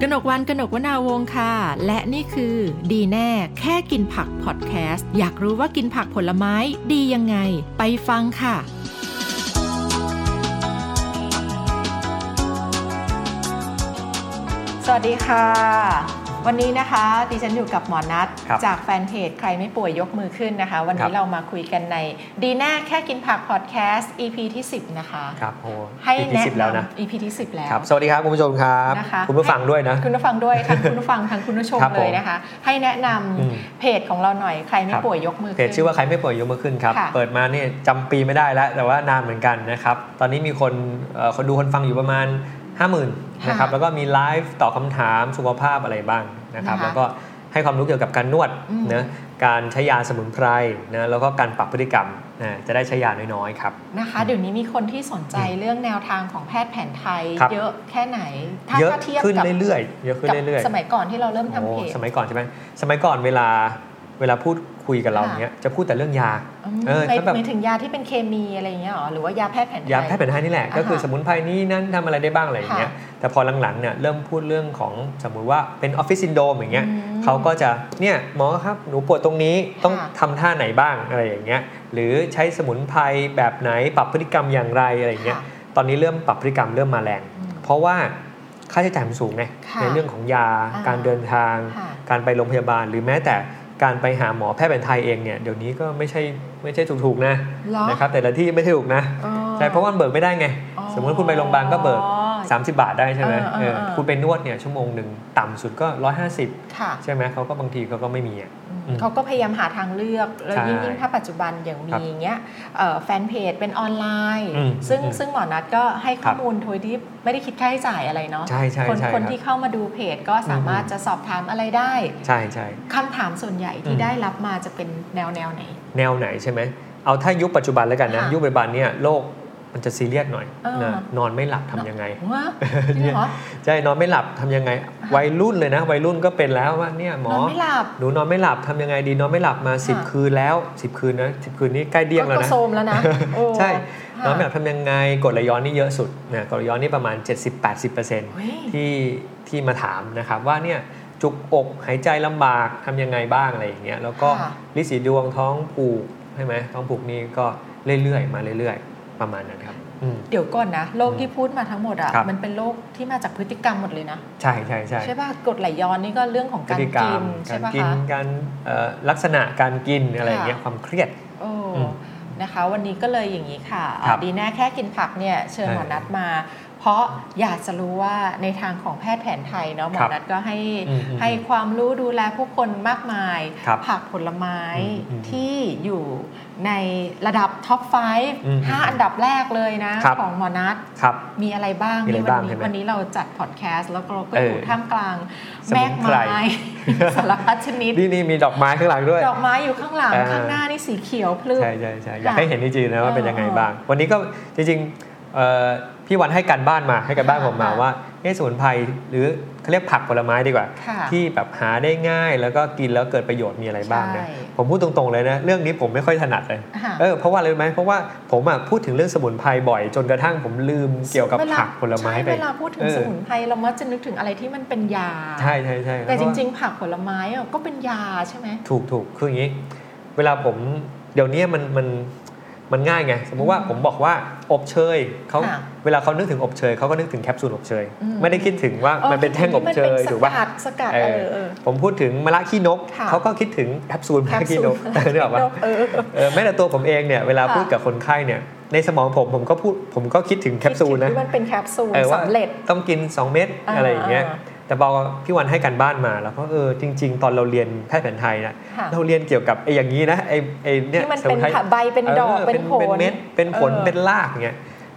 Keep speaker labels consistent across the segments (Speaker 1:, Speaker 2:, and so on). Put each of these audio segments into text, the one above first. Speaker 1: กนกวันกนกวนาวงศ์ค่ะ และนี่คือ ดีแน่แค่กินผักพอดแคสต์อยากรู้ว่ากินผักผลไม้ดียังไง ไปฟังค่ะ สวัสดีค่ะ วันนี้นะคะดิฉันอยู่กับหมอนัท
Speaker 2: ครับ
Speaker 1: จากแฟนเพจใครไม่ป่วยยกมือขึ้นนะคะ วัน
Speaker 2: ครั
Speaker 1: นี้
Speaker 2: บ
Speaker 1: เรามาคุยกันในดีแน่แค่กินผักพอดแคสต์ EP ที่ 10 นะคะ
Speaker 2: ครับโอ้
Speaker 1: ให้
Speaker 2: อีพี
Speaker 1: แนะ
Speaker 2: สิบแล้วนะ
Speaker 1: นำ EP ที่ 10 แล้ว
Speaker 2: ครับสวัสดีครับคุณผู้ชมครับ
Speaker 1: นะคะ
Speaker 2: คุณผู้ฟังด้วยนะ
Speaker 1: คุณผู้ฟัง ด้วยทั้งคุณผู้ฟังทั้งคุณผู้ชม
Speaker 2: ครับผม
Speaker 1: เลยนะคะ ให้แนะนำ
Speaker 2: อืม
Speaker 1: เพจของเราหน่อยใครไม่
Speaker 2: ครับ
Speaker 1: ป่วยยกมือ
Speaker 2: เพ
Speaker 1: ขึ้
Speaker 2: จ
Speaker 1: น
Speaker 2: ชื่อว่าใครไม่ป่วยยกมือขึ้นครับ
Speaker 1: ค่ะ
Speaker 2: เปิดมาเนี่ยจำปีไม่ได้แล้ว แต่ว่านานเหมือนกันนะครับ ตอนนี้มีคนเอ่อคนดูคนฟังอยู่ประมาณ 50,000นะครับแล้วก็มีไลฟ์ตอบคำถามสุขภาพอะไรบ้างนะครับ
Speaker 1: นะคะ
Speaker 2: แล้วก็ให้ความรู้เกี่ยวกับการนวด
Speaker 1: อืม
Speaker 2: นะการใช้ยาสมุนไพรนะแล้วก็การปรับพฤติกรรมนะจะได้ใช้ยาน้อยๆครับ
Speaker 1: นะคะเดี๋ยวนี้มีคนที่สนใจเรื่องแนวทางของแพทย์แผนไทย
Speaker 2: ครับ
Speaker 1: เยอะแค่ไหน ถ้า
Speaker 2: เยอะ
Speaker 1: ถ้าเทียบ
Speaker 2: ขึ้น
Speaker 1: กับ
Speaker 2: เรื่อยๆเยอะขึ้น
Speaker 1: กับ
Speaker 2: เรื่อยๆ
Speaker 1: สมัยก่อนที่เราเริ่มทำ
Speaker 2: โอ้
Speaker 1: เพจ
Speaker 2: สมัยก่อนใช่ไหมสมัยก่อนเวลาเวลาพูดคุยกับเรา
Speaker 1: ค่ะ
Speaker 2: เนี้ยจะพูดแต่เรื่องยา
Speaker 1: อืม
Speaker 2: เออ
Speaker 1: หมาย
Speaker 2: ถ้าแบบ
Speaker 1: หมายถึงยาที่เป็นเคมีอะไรอย่างเงี้ยเหรอหรือว่ายาแพทย์แผนไทย
Speaker 2: ยาแพทย์แผนไทยนี่แหละ
Speaker 1: อ่าฮะ
Speaker 2: ก็คือสมุนไพรนี้นั่นทำอะไรได้บ้างอะไรอย่างเงี้ยแต่พอหลังๆเนี่ยเริ่มพูดเรื่องของสมมุติว่าเป็นออฟฟิศซินโดมอย่างเงี้ย
Speaker 1: อืม
Speaker 2: เขาก็จะเนี่ยหมอครับหนูปวดตรงนี้ต้อง
Speaker 1: ค่ะ
Speaker 2: ทำท่าไหนบ้างอะไรอย่างเงี้ยหรือใช้สมุนไพรแบบไหนปรับพฤติกรรมอย่างไรอะไรอย่างเงี้ย
Speaker 1: ค่ะ
Speaker 2: ตอนนี้เริ่มปรับพฤติกรรมเริ่มมาแรง
Speaker 1: อืม
Speaker 2: เพราะว่าค่าใช้จ่ายมันสูงไง
Speaker 1: ค่ะ
Speaker 2: ในเรื่องของยา
Speaker 1: อ่า
Speaker 2: การเดินทาง
Speaker 1: ค่ะ
Speaker 2: การไปโรงพยาบาลหรือแม้แต่การไปหาหมอแพทย์แผนไทยเองเนี่ยเดี๋ยวนี้ก็ไม่ใช่ไม่ใช่ถูกๆนะ
Speaker 1: เหรอ
Speaker 2: นะครับแต่ละที่ไม่ใช่ถูกนะ
Speaker 1: อ๋อ
Speaker 2: ใช่เพราะว่ามันเบิกไม่ได้ไง
Speaker 1: อ๋อ
Speaker 2: สมมติคุณไปโรงพยาบาลก็เบิก 30 บาทได้ใช่ไหม
Speaker 1: เออเออ
Speaker 2: เออ
Speaker 1: เออ
Speaker 2: คุณไปนวดเนี่ยชั่วโมงหนึ่งต่ำสุดก็ 150
Speaker 1: ค่ะ
Speaker 2: ใช่ไหมเขาก็บางทีเขาก็ไม่มีอ่ะ อืม
Speaker 1: เขาก็พยายามหาทางเลือก แล้ว
Speaker 2: ใช่
Speaker 1: ยิ่งยิ่งถ้าปัจจุบันอย่างมี
Speaker 2: ครับ
Speaker 1: อย่างเงี้ยเอ่อแฟนเพจเป็นออนไลน์
Speaker 2: อืม
Speaker 1: ซึ่ง
Speaker 2: อืม
Speaker 1: ซึ่งหมอนัดก็ให้ข้อ
Speaker 2: ครับ
Speaker 1: มูลโดยที่ไม่ได้คิดค่าใช้จ่ายอะไรเนาะ
Speaker 2: ใช่ใช่
Speaker 1: คน
Speaker 2: ใช่
Speaker 1: คน
Speaker 2: ครับ
Speaker 1: ที่เข้ามาดูเพจก็สามารถ
Speaker 2: อืม
Speaker 1: จะสอบถามอะไรได้
Speaker 2: ใช่ใช่
Speaker 1: คำถามส่วนใหญ่ที่
Speaker 2: อืม
Speaker 1: ได้รับมาจะเป็นแนวแนวไหน
Speaker 2: แนวไหนใช่ไหมเอาถ้ายุคปัจจุบันแล้วกันนะ
Speaker 1: ค่ะ
Speaker 2: ยุคปัจจุบันเนี่ยโลกมันจะซีเรียสหน่อย
Speaker 1: เออ
Speaker 2: นะนอนไม่หลับทำยังไง
Speaker 1: ว้าจริงเหรอ
Speaker 2: ใช่นอนไม่หลับทำยังไง
Speaker 1: ะ
Speaker 2: วัยรุ่นเลยนะ วัยรุ่นก็เป็นแล้วว่าเนี่ยหม
Speaker 1: น
Speaker 2: อ
Speaker 1: อนไม่หลับ
Speaker 2: หนูนอนไม่หลับทำยังไงดีนอนไม่หลับมา
Speaker 1: ค่ะ
Speaker 2: 10 คืนแล้ว 10 คืนนะ10 คืนนี้ใกล้เดี้ยงแล้ว
Speaker 1: ก็
Speaker 2: นะ
Speaker 1: โซมแล้วนะโอ้
Speaker 2: ใช่
Speaker 1: ค่ะ
Speaker 2: นอนไม่หลับทำยังไงกรดไหลย้อนนี่เยอะสุดนะกรดไหลย้อนนี่ประมาณ 70-80%
Speaker 1: เฮ้ย
Speaker 2: ที่ที่มาถามนะครับว่าเนี่ยจุกอกหายใจลำบากทำยังไงบ้างอะไรอย่างเงี้ยแล้วก็
Speaker 1: ค่ะ
Speaker 2: ลินสีดวงท้องผูกใช่ไหมท้องผูกนี่ก็เรื่อยๆมาเรื่อยๆ ประมาณนั้นครับอืม
Speaker 1: เดี๋ยวก่อนนะโรค
Speaker 2: อืม
Speaker 1: ที่พูดมาทั้งหมดอ่ะ
Speaker 2: ครับ
Speaker 1: มันเป็นโรคที่มาจากพฤติกรรมหมดเลยนะ
Speaker 2: ใช่ใช่ใช่
Speaker 1: ใช่ป่ะกรดไหลย้อนนี่ก็เรื่องของ
Speaker 2: พฤ
Speaker 1: การ
Speaker 2: ติกรร
Speaker 1: กิ
Speaker 2: ม
Speaker 1: น
Speaker 2: กา
Speaker 1: ใช่
Speaker 2: ร
Speaker 1: ป่ะ
Speaker 2: กิน
Speaker 1: คะ
Speaker 2: การเอ่อลักษณะการกินอะไรอย่างเงี้ย
Speaker 1: ค่ะ
Speaker 2: ความเครียด
Speaker 1: โอ้
Speaker 2: อืม
Speaker 1: นะคะ วันนี้ก็เลยอย่างนี้ค่ะ
Speaker 2: ครับ
Speaker 1: ดีแน่แค่กินผักเนี่ยเชิญหมอนัดมา เพราะอยากจะรู้ว่าในทางของแพทย์แผนไทยเนาะหมอนัดก็ให้
Speaker 2: อืมอืม
Speaker 1: ให้ความรู้ดูแลผู้คนมากมาย
Speaker 2: ครับ
Speaker 1: ผักผลไม้
Speaker 2: อืมอืม
Speaker 1: ที่อยู่ในระดับท็อป
Speaker 2: อืม
Speaker 1: 5 5 อันดับแรกเลยนะ
Speaker 2: ครับ
Speaker 1: ของหมอนัด
Speaker 2: ครับ
Speaker 1: มีอะไรบ้าง
Speaker 2: มีอะไร
Speaker 1: นี่วั
Speaker 2: บ้าง
Speaker 1: นี้
Speaker 2: ใช่ไหม
Speaker 1: วันนี้เราจัดพอดแคสต์แล้วเราก็
Speaker 2: เออ
Speaker 1: อ
Speaker 2: อยู่
Speaker 1: ท่ามกลาง
Speaker 2: สมุ
Speaker 1: แม
Speaker 2: น
Speaker 1: ก
Speaker 2: ไพร
Speaker 1: ไม้ สารพัดชนิด
Speaker 2: นี่นี่มีดอกไม้ข้างหลังด้วย
Speaker 1: ดอกไม้อยู่ข้างหลัง
Speaker 2: เออ
Speaker 1: ข้างหน้านี่สีเขียวพลึบ
Speaker 2: ใช่ใช่ใช่อยาก
Speaker 1: ค่ะ
Speaker 2: ให้เห็นจริงๆนะว่าเป็นยังไงบ้าง วันนี้ก็จริงๆเอ่อพี่วันให้การบ้านมาให้การบ้านผมมา
Speaker 1: ค่ะ
Speaker 2: ว่าเอ๊ะสมุนไพรหรือเขาเรียกผักผลไม้ดีกว่า
Speaker 1: ค่ะ
Speaker 2: ที่แบบหาได้ง่ายแล้วก็กินแล้วเกิดประโยชน์มีอะไรบ้างนะ
Speaker 1: ใช่
Speaker 2: ผมพูดตรงๆเลยนะเรื่องนี้ผมไม่ค่อยถนัดเลย
Speaker 1: ค่ะ
Speaker 2: เออเพราะว่าอะไรรู้ไหมเพราะว่าผมอะพูดถึงเรื่องสมุนไพรบ่อย จนกระทั่งผมลืมเกี่ยวกับ
Speaker 1: เวา
Speaker 2: ผักผลไม้ไป
Speaker 1: ใช่เวลาพูดถึง
Speaker 2: เออ
Speaker 1: สมุนไพรเรามักจะนึกถึงอะไรที่มันเป็นยา
Speaker 2: ใช่ใช่ใช่
Speaker 1: แต่
Speaker 2: ล้ว
Speaker 1: จ
Speaker 2: ก็
Speaker 1: ริง ๆ ผักผลไม้อะก็เป็นยาใช่ไหม
Speaker 2: ถูกถูกคืออย่างนี้ เวลาผมเดี๋ยวนี้มันมันมันง่ายไง สมมุติว่า
Speaker 1: อืม
Speaker 2: ผมบอกว่าอบเชยเขา
Speaker 1: ค่ะ
Speaker 2: เวลาเขานึกถึงอบเชยเขาก็นึกถึงแคปซูลอบเชย
Speaker 1: อืม
Speaker 2: ไม่ได้คิดถึงว่ามันเป็นแท่งอบเชย
Speaker 1: มันป็น
Speaker 2: ถูกป่ะ
Speaker 1: สกัดสกัด
Speaker 2: เอ
Speaker 1: เอ
Speaker 2: อ
Speaker 1: อเออ
Speaker 2: ผมพูดถึงมะระขี้นก
Speaker 1: ค่ะ
Speaker 2: เขาก็คิดถึงแคปซูลมะระขี้นก
Speaker 1: แคปซูล
Speaker 2: เออ นึกออกปะ
Speaker 1: เออ
Speaker 2: เออแม้แต่ตัวผมเองเนี่ยเวลา
Speaker 1: ค่ะ
Speaker 2: พูดกับคนไข้เนี่ยในสมองผมผมก็พูดผมก็คิดถึงแคปซูลนะ
Speaker 1: ที่มันเป็นแคปซูล
Speaker 2: เออว่า
Speaker 1: สำเร็จ
Speaker 2: ต้องกิน 2 เม็ด
Speaker 1: อ่า
Speaker 2: อะไรอย่างเงี้ย
Speaker 1: อ่า
Speaker 2: แต่พอพี่วันให้การบ้านมาแล้วก็เออจริง ๆ ตอนเราเรียนแพทย์แผนไทยนะ
Speaker 1: ค่ะ
Speaker 2: เราเรียนเกี่ยวกับไอ้อย่างนี้นะไอ้ไอ้เนี่ย
Speaker 1: ที่มันเป็น
Speaker 2: สมุไพร
Speaker 1: ใบเป็นดอก
Speaker 2: ออ
Speaker 1: เป็นผล
Speaker 2: เป็นเม็ดเป็นผล
Speaker 1: เออ
Speaker 2: เป็นรากเงี้ย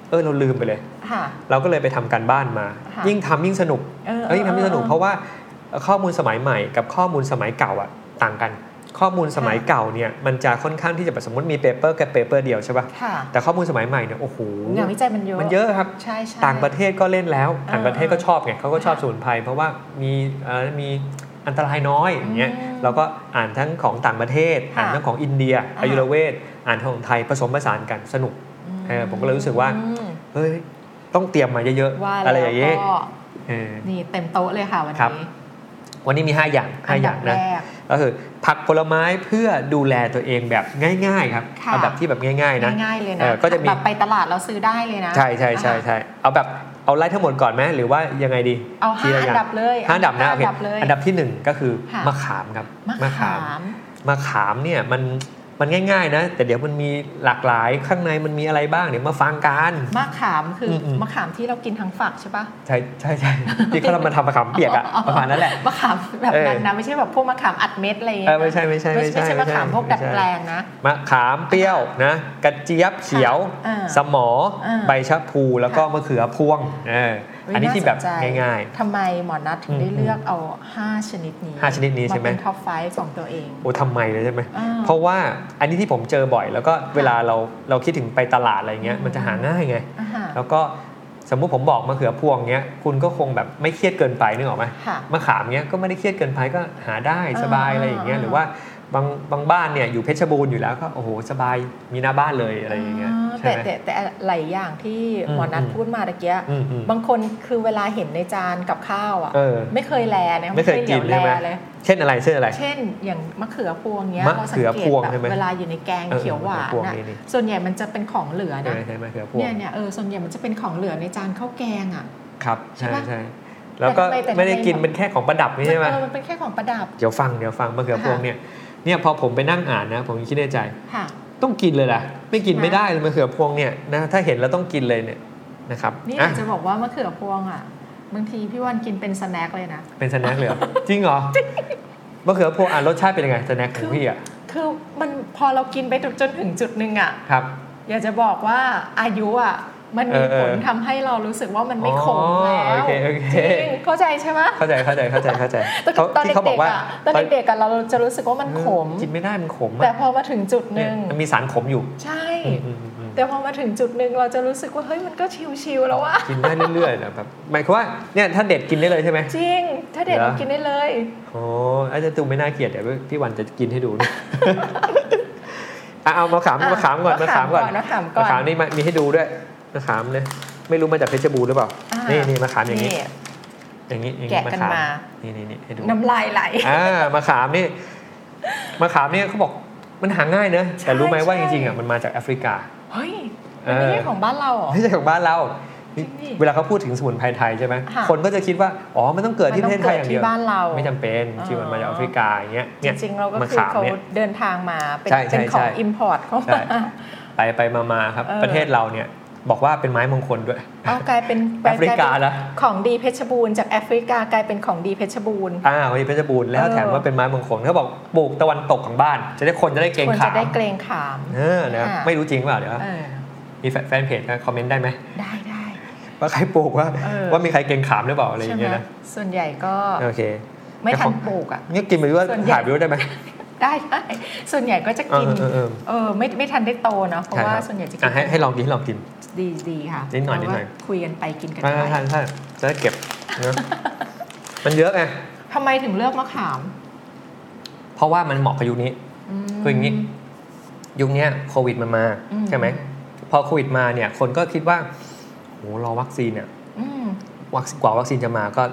Speaker 2: เออเราลืมไปเลย
Speaker 1: ค่ะ
Speaker 2: เราก็เลยไปทำการบ้านมา
Speaker 1: ค่ะ
Speaker 2: ยิ่งทำยิ่งสนุก
Speaker 1: เออ
Speaker 2: เอ้ยยิ่งทำยิ่งสนุก
Speaker 1: เออ
Speaker 2: เพราะว่าข้อมูลสมัยใหม่กับข้อมูลสมัยเก่าอะต่างกัน ข้อมูลสมัย
Speaker 1: ค่ะ
Speaker 2: เก่าเนี่ยมันจะค่อนข้างที่จะแบบสมมติมีเปเปอร์กับเปเปอร์เดียวใช่ป่ะ
Speaker 1: ค่ะ
Speaker 2: แต่ข้อมูลสมัยใหม่เนี่ยโอ้โห
Speaker 1: งานวิจัยมันเยอะ
Speaker 2: มันเยอะครับ
Speaker 1: ใช่ใช่
Speaker 2: ต่างประเทศก็เล่นแล้ว
Speaker 1: เออ
Speaker 2: ต่างประเทศก็ชอบไงเขาก็ชอบ
Speaker 1: ค่ะ
Speaker 2: สมุนไพรเพราะว่ามีเอ่อมีอันตรายน้อยอย่างเงี้ย
Speaker 1: อืม
Speaker 2: เราก็อ่านทั้งของต่างประเทศ
Speaker 1: ค่ะ
Speaker 2: อ่านทั้งของอินเดีย
Speaker 1: อ่า
Speaker 2: อายุรเวทอ่านทั้งของไทยผสมผสานกันสนุก
Speaker 1: อื
Speaker 2: เออผมก็เลยรู้สึกว่า
Speaker 1: อืม
Speaker 2: เฮ้ยต้องเตรียมมาเยอะ
Speaker 1: ว่า
Speaker 2: ๆ
Speaker 1: แล้
Speaker 2: อะไร
Speaker 1: ว
Speaker 2: อย่างเงี้ย
Speaker 1: ก็
Speaker 2: เออ
Speaker 1: นี่เต็มโต๊ะเลยค่ะวัน
Speaker 2: ครับ
Speaker 1: นี้
Speaker 2: วันนี้มี 5 อย่างห้าอย่าง
Speaker 1: ดั
Speaker 2: นะ
Speaker 1: บแรก
Speaker 2: ก็คือผักผลไม้เพื่อดูแลตัวเองแบบง่าย ๆ ครับ
Speaker 1: ค่ะ
Speaker 2: เอาแบบที่แบบง่ายๆนะ
Speaker 1: ง่ายๆเลย
Speaker 2: เอ
Speaker 1: นะ
Speaker 2: อก็จะมี
Speaker 1: แบบไปตลาดเราซื้อได้เลยนะ
Speaker 2: ใช่ใช่ใช่ใช่เอาแบบเอาไล่ทั้งหมดก่อนไหมหรือว่ายังไงดี
Speaker 1: เอาห้า
Speaker 2: ทีละ
Speaker 1: อั
Speaker 2: ย่ง
Speaker 1: นดับเลย
Speaker 2: ห้าอันดับนะ
Speaker 1: ห้าอั
Speaker 2: โอเค
Speaker 1: ดับเลย
Speaker 2: อันดับที่หนึ่งก็คือ
Speaker 1: ค่ะ
Speaker 2: มะขามครับ
Speaker 1: มะขาม
Speaker 2: มะขามเนี่ยมันมันง่าย ๆ นะ แต่เดี๋ยวมันมีหลากหลายข้างในมันมีอะไรบ้างเดี๋ยวมาฟังกัน
Speaker 1: มะขามคืออ
Speaker 2: มๆ
Speaker 1: มะขามที่เรากินทั้งฝักใช่ปะ
Speaker 2: ใช่ใช่ใช่ ที่เขาทำมาทำมะขามเปียกอะ
Speaker 1: อ๋อ
Speaker 2: ประมาณนั้นแหละ
Speaker 1: มะขามแบบนั้น
Speaker 2: เออ
Speaker 1: นะไม่ใช่แบบพวกมะขามอัดเม็ดอะไรอย่าง
Speaker 2: เอ
Speaker 1: เงี้
Speaker 2: อย ไม่ใช่ไม่ใช่
Speaker 1: ไม่
Speaker 2: ไม่
Speaker 1: ใช่
Speaker 2: ใช่
Speaker 1: ไม่ใช่มะขามพวกดัดแปลงนะ
Speaker 2: มะขามเปรี้ยวนะกระเจี๊ยบเขียว
Speaker 1: อ่า
Speaker 2: สมอ
Speaker 1: อ่า
Speaker 2: ใบชะพูแล้วก็มะเขือพวงเออ
Speaker 1: เฮ้ย
Speaker 2: อันนี้ที่แบบ
Speaker 1: น่าสนใจ
Speaker 2: ง่าย
Speaker 1: ทำไมหมอนัทถึงได้เลือกเอา 5 ชนิดนี้
Speaker 2: ห้าชนิดนี้ใช่ไหม
Speaker 1: าเป็นท็อปไฟของตัวเอง
Speaker 2: ๆโอ้ทำไมเลยใช่ไหม
Speaker 1: อ่
Speaker 2: เพราะว่าอันนี้ที่ผมเจอบ่อย แล้วก็เวลาเราเราคิดถึงไปตลาดอะไรเงี้ย
Speaker 1: อืม
Speaker 2: มันจะหาง่ายไง
Speaker 1: อ่าฮะ
Speaker 2: แล้วก็สมมุติผมบอกมะเขือพวงเงี้ยคุณก็คงแบบไม่เครียดเกินไปนึกออกไหม
Speaker 1: ค่ะ
Speaker 2: มะขามเงี้ยก็ไม่ได้เครียดเกินไปก็หาได้
Speaker 1: อ่า
Speaker 2: สบายอะไรอย่างเงี้ย
Speaker 1: อ่า
Speaker 2: หรือว่าบางบางบ้านเนี่ยอยู่เพชรบูรณ์อยู่แล้วก็โอ้โหสบายมีหน้าบ้านเลยอะไรอย่างเงี้ยใช่
Speaker 1: แต่
Speaker 2: ไหม
Speaker 1: แต่แต่หลายอย่างที่
Speaker 2: อืม
Speaker 1: หมอนัท
Speaker 2: อืม
Speaker 1: พูดมาตะเกีย
Speaker 2: อืมอืม
Speaker 1: บางคนคือเวลาเห็นในจานกับข้าวอ่ะ
Speaker 2: เออ
Speaker 1: ไม่เคยแลนะ
Speaker 2: ไม่เคยกิน
Speaker 1: หว
Speaker 2: ใช่ไหม
Speaker 1: แลเลย
Speaker 2: เช่นอะไรเช่นอะไร
Speaker 1: เช่นอย่างมะเขือพวงเนี้ย
Speaker 2: มะ
Speaker 1: เราสั
Speaker 2: เขื
Speaker 1: ง
Speaker 2: อ
Speaker 1: เก
Speaker 2: พว
Speaker 1: ต
Speaker 2: ง
Speaker 1: แบบ
Speaker 2: ใช่ไหม
Speaker 1: เวลาอยู่ในแกง
Speaker 2: เออ
Speaker 1: เขียวหวาน
Speaker 2: มะเขือพวง
Speaker 1: อะ
Speaker 2: นี่นี่
Speaker 1: ส่วนใหญ่มันจะเป็นของเหลือ
Speaker 2: ใช่
Speaker 1: นะ
Speaker 2: ไหมใช่ไหมมะเขือพวง
Speaker 1: เนี่ยเนี่ยเออส่วนใหญ่มันจะเป็นของเหลือในจานข้าวแกงอ่ะ
Speaker 2: ครับ
Speaker 1: ใช่
Speaker 2: ใช่
Speaker 1: ปะ
Speaker 2: ใช่แล้วก็
Speaker 1: แต่ทำไมแต่ทำไม
Speaker 2: ไม่ได้กินเป็นแค่ของประดับ
Speaker 1: มั
Speaker 2: นี่
Speaker 1: น
Speaker 2: ใช่ไหม
Speaker 1: เออมันเป็นแค่ของประดับ
Speaker 2: เดี๋ยวฟังเดี๋ยวฟังมะเขือพวง
Speaker 1: ค่ะ
Speaker 2: เนี่ยเนี่ยพอผมไปนั่งอ่านนะ ผมคิดในใจ
Speaker 1: ค่ะ
Speaker 2: ต้องกินเลยล่ะ ไม่กิน
Speaker 1: นะ
Speaker 2: ไม่ได้เลยมะเขือพวงเนี่ยนะถ้าเห็นแล้วต้องกินเลยเนี่ยนะครับ
Speaker 1: นี่
Speaker 2: อ่ะ
Speaker 1: อาจจะบอกว่ามะเขือพวงอ่ะบางทีพี่วันกินเป็นสแน็คเลยนะ
Speaker 2: เป็นสแน็คเลยเหรอ จริงเหรอมะเขือพวงอ่ะรสชาติเป็นยังไงสแน็คข
Speaker 1: คื
Speaker 2: อง
Speaker 1: อ
Speaker 2: พี่อ่ะ
Speaker 1: คือมันพอเรากินไปจนถึงจุดหนึ่งอ่ะ
Speaker 2: ครับ
Speaker 1: อยากจะบอกว่าอายุอ่ะมันมี
Speaker 2: เออเออ
Speaker 1: ผลทำให้เรารู้สึกว่ามันไม่ขมแล้ว
Speaker 2: อ๋อโอเคโอเค
Speaker 1: จริงเข้าใจใช่ไหม
Speaker 2: เข้าใจเข้าใจเข้าใจเข้าใจ
Speaker 1: แต่
Speaker 2: เขา
Speaker 1: ตอนเด็
Speaker 2: ที่เขาบอก
Speaker 1: กๆ
Speaker 2: ว่า
Speaker 1: อะตอนเด็กๆอะเราจะรู้สึกว่ามันขม
Speaker 2: เออกินไม่ได้มันขม
Speaker 1: แต่
Speaker 2: อ่ะ
Speaker 1: พอมาถึงจุดห
Speaker 2: เนี่ย
Speaker 1: นึ่ง
Speaker 2: มันมีสารขมอยู่
Speaker 1: ใช่
Speaker 2: อืมอืมอืม
Speaker 1: แต่พอมาถึงจุดหนึ่งเราจะรู้สึกว่าเฮ้ยมันก็ชิวๆแล้วอะ
Speaker 2: กินได้เรื่อยๆนะแบบหมายความว่าเนี่ยถ้าเด็ดกินได้เลยใช่ไหม
Speaker 1: จริง ถ้าเด็ก
Speaker 2: เหรอ
Speaker 1: มันกินได้เลย
Speaker 2: โอ้อาจจะตูไม่น่าเกลียดเดี๋ยวพี่วันจะกินให้ดูนะ อ่ะเอามาขาม
Speaker 1: อ่ะ
Speaker 2: มาขามก่อนมาขามก่อน
Speaker 1: มะขามก่อนมะขามก่อน
Speaker 2: มะขามนี่มามีให้ดูด้วยมาขามเลยไม่รู้มาจากเพชรบูรณ์หรือเปล่า
Speaker 1: อ่านี่
Speaker 2: นี่นี่มาขามอย่างนี้
Speaker 1: นี่
Speaker 2: อย่างนี้อย่าง
Speaker 1: แกะกัน
Speaker 2: ข
Speaker 1: มา
Speaker 2: นี่นี่นี่ให้ดู
Speaker 1: น้ำลายไหล
Speaker 2: อ่ามาขามนี่มาขามนี่เขาบอกมันหาง่ายเนอะแต่รู้ไหมว่า
Speaker 1: ใช่
Speaker 2: จริงๆอ่ะมันมาจากแอฟริกา
Speaker 1: เฮ้ย
Speaker 2: เอ
Speaker 1: มัน
Speaker 2: อ
Speaker 1: ไม่ใช่ของบ้านเราเหรอ
Speaker 2: ไม่ใช่ของบ้านเรา
Speaker 1: จริงดิ
Speaker 2: เวลาเขาพูดถึงสมุนไพรไทยใช่ไหม
Speaker 1: ค่ะ
Speaker 2: คนก็จะคิดว่าอ๋อมันต้องเกิดที่ประเทศไทยอ
Speaker 1: มั
Speaker 2: ย่านง
Speaker 1: ต้
Speaker 2: เดี
Speaker 1: กิ
Speaker 2: ยว
Speaker 1: ที่บ้านเรา
Speaker 2: ไม่จำเป็นที่มันมาจากแอฟริกาอย่างเงี้ย
Speaker 1: จ
Speaker 2: เนี่ย
Speaker 1: ริงๆเราก็
Speaker 2: มะ
Speaker 1: คือ
Speaker 2: ขาม
Speaker 1: เขา
Speaker 2: เนี่ย
Speaker 1: เดินทางมาเป็น
Speaker 2: ใช่ใช่
Speaker 1: เป็นของ
Speaker 2: ใช่
Speaker 1: อิมพอร์ตเข้า
Speaker 2: ใช่
Speaker 1: มา
Speaker 2: ไปไปมามาครับ
Speaker 1: เออ
Speaker 2: ประเทศเราเนี่ยบอกว่าเป็นไม้มงคลด้วย
Speaker 1: เอากลายเป็น
Speaker 2: แอฟริกา
Speaker 1: เป็น
Speaker 2: ละ
Speaker 1: ของดีเพชรบูรณ์จากแอฟริกากลายเป็นของดีเพชรบูรณ์
Speaker 2: อ่าวันนี้เพชรบูรณ์แล้ว
Speaker 1: เออ
Speaker 2: แถมว่าเป็นไม้มงคลเขาบอกปลูกตะวันตกของบ้าน จะได้คนจะได้เกรง
Speaker 1: ควร
Speaker 2: ขา
Speaker 1: จะ
Speaker 2: ม
Speaker 1: ได้เกรงขาม
Speaker 2: เออนะ
Speaker 1: อ่า
Speaker 2: ไม่รู้จริงเปล่าเดี๋ยว
Speaker 1: เออ
Speaker 2: มีแฟนแฟนเพจนะคอมเมนต์ได้ไหม
Speaker 1: ได้ได้
Speaker 2: ว่าใครปลูกว่า
Speaker 1: เออ
Speaker 2: ว่ามีใครเกรงขามหรือเปล่าอะไรอ
Speaker 1: ใช่
Speaker 2: ย่าง
Speaker 1: ไหม
Speaker 2: เงี้ยนะ
Speaker 1: ส่วนใหญ่ก็
Speaker 2: โอเค
Speaker 1: ไม่ทันปลูกอ่ะ
Speaker 2: เนี่ยกินไปด้วย
Speaker 1: ส่วนใหญ่
Speaker 2: ถ่ายไปด้วยได้ไหม
Speaker 1: ได้ได้ส่วนใหญ่ก็จะ
Speaker 2: เอ
Speaker 1: กิ
Speaker 2: อน เออเออ
Speaker 1: เออไม่ไม่ทันได้โตเนาะเพราะ
Speaker 2: ใช่
Speaker 1: ว่า
Speaker 2: ครับ
Speaker 1: ส่วนใหญ่จะกิ
Speaker 2: อ่ะให้ให้ลองกินให้ลองกิน
Speaker 1: ดีดีค่ะ
Speaker 2: นิดหน่อยนิ
Speaker 1: เรา
Speaker 2: ดหน่อย
Speaker 1: ก็คุยกันไปกินกัน
Speaker 2: ใช่
Speaker 1: ไป
Speaker 2: ใช่ใช่จะได้เก็บเน อะมันเยอะไง
Speaker 1: ทำไมถึงเลือกมะขาม
Speaker 2: เพราะว่ามันเหมาะกับยุคนี้
Speaker 1: ม
Speaker 2: คืออย่างนี้ ยุคเนี้ยโควิดมันมา
Speaker 1: อืม
Speaker 2: ใช่ไหมพอโควิดมาเนี่ยคนก็คิดว่าโหรอวัคซีนเนี่ย
Speaker 1: อืม
Speaker 2: วัคกว่าวัคซีนจะมาก็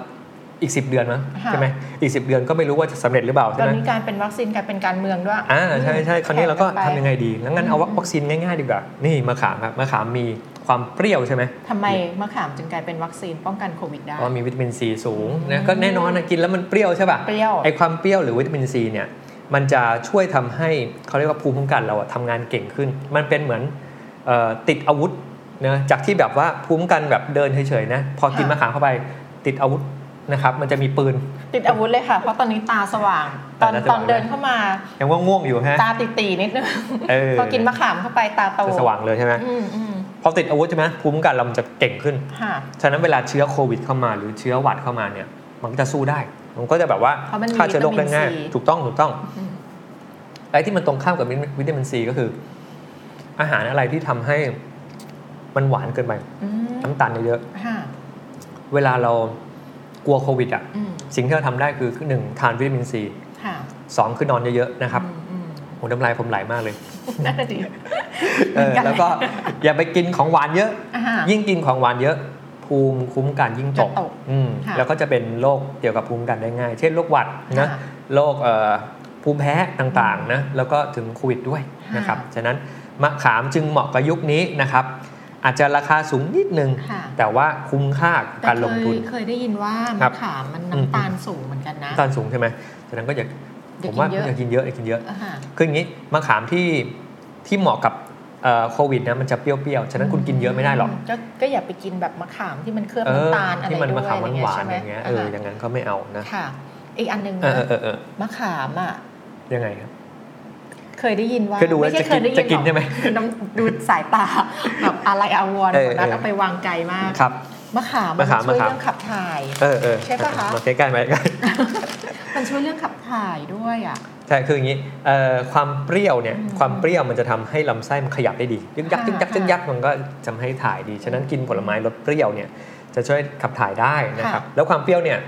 Speaker 2: อีก 10 เดือนมั้ง
Speaker 1: ค่ะ
Speaker 2: ใช่ไหมอีก 10 เดือนก็ไม่รู้ว่าจะสำเร็จหรือเปล่า
Speaker 1: ต
Speaker 2: ใช่
Speaker 1: อน
Speaker 2: ไหม
Speaker 1: นี้การเป็นวัคซีนกลายเป็นการเมืองด้วย
Speaker 2: อ่าใช่ใช่
Speaker 1: อืม
Speaker 2: คราวนี้เราก็
Speaker 1: แข่
Speaker 2: ทำ
Speaker 1: นป
Speaker 2: ยังไงดีแล้วงั้นเอาวัค
Speaker 1: อืม
Speaker 2: วัคซีนง่ายๆดีกว่า นี่มะขามครับมะขามมีความเปรี้ยวใช่ไหม
Speaker 1: ทำไมมะขามจึงกลายเป็นวัคซีนป้องกันโควิดได้
Speaker 2: เพราะมีวิตามินซีสูง
Speaker 1: อื
Speaker 2: นะ
Speaker 1: ม
Speaker 2: ก็แน่นอนนะกินแล้วมันเปรี้ยวใช่ป่ะ
Speaker 1: เปรี้ยว
Speaker 2: ไอความเปรี้ยวหรือวิตามินซีเนี่ยมันจะช่วยทำให้เขาเรียกว่าภูมิคุ้มกันเราอะทำงานเก่งขึ้น มันเป็นเหมือนเอ่อติดอาวุธนะจากที่แบบว่าภูมิคุ้มกันแบบเดินเฉยๆนะพอกินมะขามเข้าไปติดอาวุธนะครับมันจะมีปืน
Speaker 1: ติดอาวุธเลยค่ะ เพราะตอนนี้ตาสว่าง ตอน
Speaker 2: ตาสว่าง
Speaker 1: ตอนเดินเข้ามา
Speaker 2: ยังว่าง่วงอยู่ฮะ
Speaker 1: ตาติดตีนิดนึง
Speaker 2: เออ
Speaker 1: พอกินมะขามเข้าไปตาโต
Speaker 2: จะสว่างเลยใช่ไหม
Speaker 1: อืมอืม
Speaker 2: พอติดอาวุธใช่ไหมภูมิคุ้มกันเรามันจะเก่งขึ้น
Speaker 1: ค่ะ
Speaker 2: ฉะนั้นเวลาเชื้อโควิดเข้ามาหรือเชื้อหวัดเข้ามาเนี่ยมันก็จะสู้ได้ มันก็จะแบบว่า
Speaker 1: เพราะมันมี
Speaker 2: ฆ่าเชื้อโรคได้ง่าย
Speaker 1: วิตามินซี
Speaker 2: ถูกต้องถูกต้อง
Speaker 1: อืม
Speaker 2: ไอ้ที่มันตรงข้ามกับวิตวิตามินซีก็คือ อาหารอะไรที่ทำให้มันหวานเกินไป
Speaker 1: อืม
Speaker 2: น้ำตาลเยอะ
Speaker 1: ค่ะ
Speaker 2: ๆเวลาเรากลัวโควิดอ่ะ
Speaker 1: อืม
Speaker 2: สิ่งที่เราทำได้คือหนึ่งทานวิตามินซี
Speaker 1: ค่ะ
Speaker 2: สองคือนอนเยอะๆนะครับ
Speaker 1: อืมอืม
Speaker 2: โอ้น้ำลายผมไหลมากเลย
Speaker 1: น่าจะดี
Speaker 2: เออแล้วก็อย่าไปกินของหวานเยอะ
Speaker 1: อาหาร
Speaker 2: ยิ่งกินของหวานเยอะ ผ ภูมิคุ้มกันยิ่งตก
Speaker 1: จะตก
Speaker 2: อืม
Speaker 1: ค่ะ
Speaker 2: แล้วก็จะเป็นโรคเกี่ยวกับภูมิคุ้มกันได้ง่าย เช่นโรคหวัดนะ
Speaker 1: ค่ะ
Speaker 2: โรคเอ่อภูมิแพ้ต่างๆนะแล้วก็ถึงโควิดด้วย
Speaker 1: ค่ะ
Speaker 2: นะครับฉะนั้นมะขามจึงเหมาะกับยุคนี้นะครับ อาจจะราคาสูงนิดนึง
Speaker 1: ค่ะ
Speaker 2: แต่ว่าคุ้มค่ากับ
Speaker 1: แต่
Speaker 2: การ
Speaker 1: เค
Speaker 2: ลงทุน
Speaker 1: ยเคยได้ยินว่า
Speaker 2: ครั
Speaker 1: มะ
Speaker 2: บ
Speaker 1: ขามมัน
Speaker 2: อืม
Speaker 1: น้ำตาลสูงเหมือนกันนะ
Speaker 2: น้ำตาลสูงใช่ไหมฉะนั้นก็อยาก
Speaker 1: อ
Speaker 2: ผ
Speaker 1: ย่าม
Speaker 2: ว่า
Speaker 1: กินเยอะ
Speaker 2: อยากกินเยอะอยากกินเยอะ
Speaker 1: อ่าฮะ
Speaker 2: คืออย่างนี้มะขามที่ที่เหมาะกับเอ่อโควิดนะมันจะเปรี้ยวๆ ฉะนั้นคุณกินเยอะไม่ได้หรอก
Speaker 1: ก็ก็อย่าไปกินแบบมะขามที่มันเคลือบ
Speaker 2: เออ
Speaker 1: น้ำตาลอะไร
Speaker 2: ที่มัน
Speaker 1: ด้ว
Speaker 2: มะ
Speaker 1: ย
Speaker 2: ขามหวานๆ
Speaker 1: อะไร
Speaker 2: อย่างเงี้ยเอ
Speaker 1: ใช่
Speaker 2: อ
Speaker 1: ไหม
Speaker 2: อย่างนั้นก็ไม่เอานะ
Speaker 1: ค่ะ อีกอันหนึ่ง
Speaker 2: เออ
Speaker 1: นะ
Speaker 2: เออเออเออ
Speaker 1: มะขามอ่ะ
Speaker 2: ยังไงครับ
Speaker 1: เคยได้ยินว่า
Speaker 2: เคยดูแล้ว
Speaker 1: ไม่ใช่
Speaker 2: จะ
Speaker 1: เคยได้ยิน
Speaker 2: กินจะกิน
Speaker 1: หร
Speaker 2: ใช่
Speaker 1: อ
Speaker 2: ไหม
Speaker 1: น้ำดูสายตาแบบอะไรอาวรณ์
Speaker 2: เออ
Speaker 1: ของนัด
Speaker 2: เออ
Speaker 1: เอาไปวางไกลมาก
Speaker 2: ครับ
Speaker 1: มะขาม
Speaker 2: มะขาม
Speaker 1: นช่วย
Speaker 2: มะขาม
Speaker 1: เรื่องขับถ่าย
Speaker 2: เออเออ
Speaker 1: ใช่ปะคะ
Speaker 2: มาใกล้ๆมาใกล้
Speaker 1: มันช่วยเรื่องขับถ่ายด้วยอ่ะ
Speaker 2: ๆใช่คืออย่างนี้เอ่อความเปรี้ยวเนี่ย
Speaker 1: อืม
Speaker 2: ความเปรี้ยวมันจะทำให้ลำไส้มันขยับได้ดียึกยัก
Speaker 1: ค่ะ
Speaker 2: ยึกยัก
Speaker 1: ค่ะ
Speaker 2: ยึกยักมันก็ทำให้ถ่ายดี ฉะนั้นกินผลไม้รสเปรี้ยวเนี่ยจะช่วยขับถ่ายได้นะครับ แล้วความเปรี้ยวเนี่ย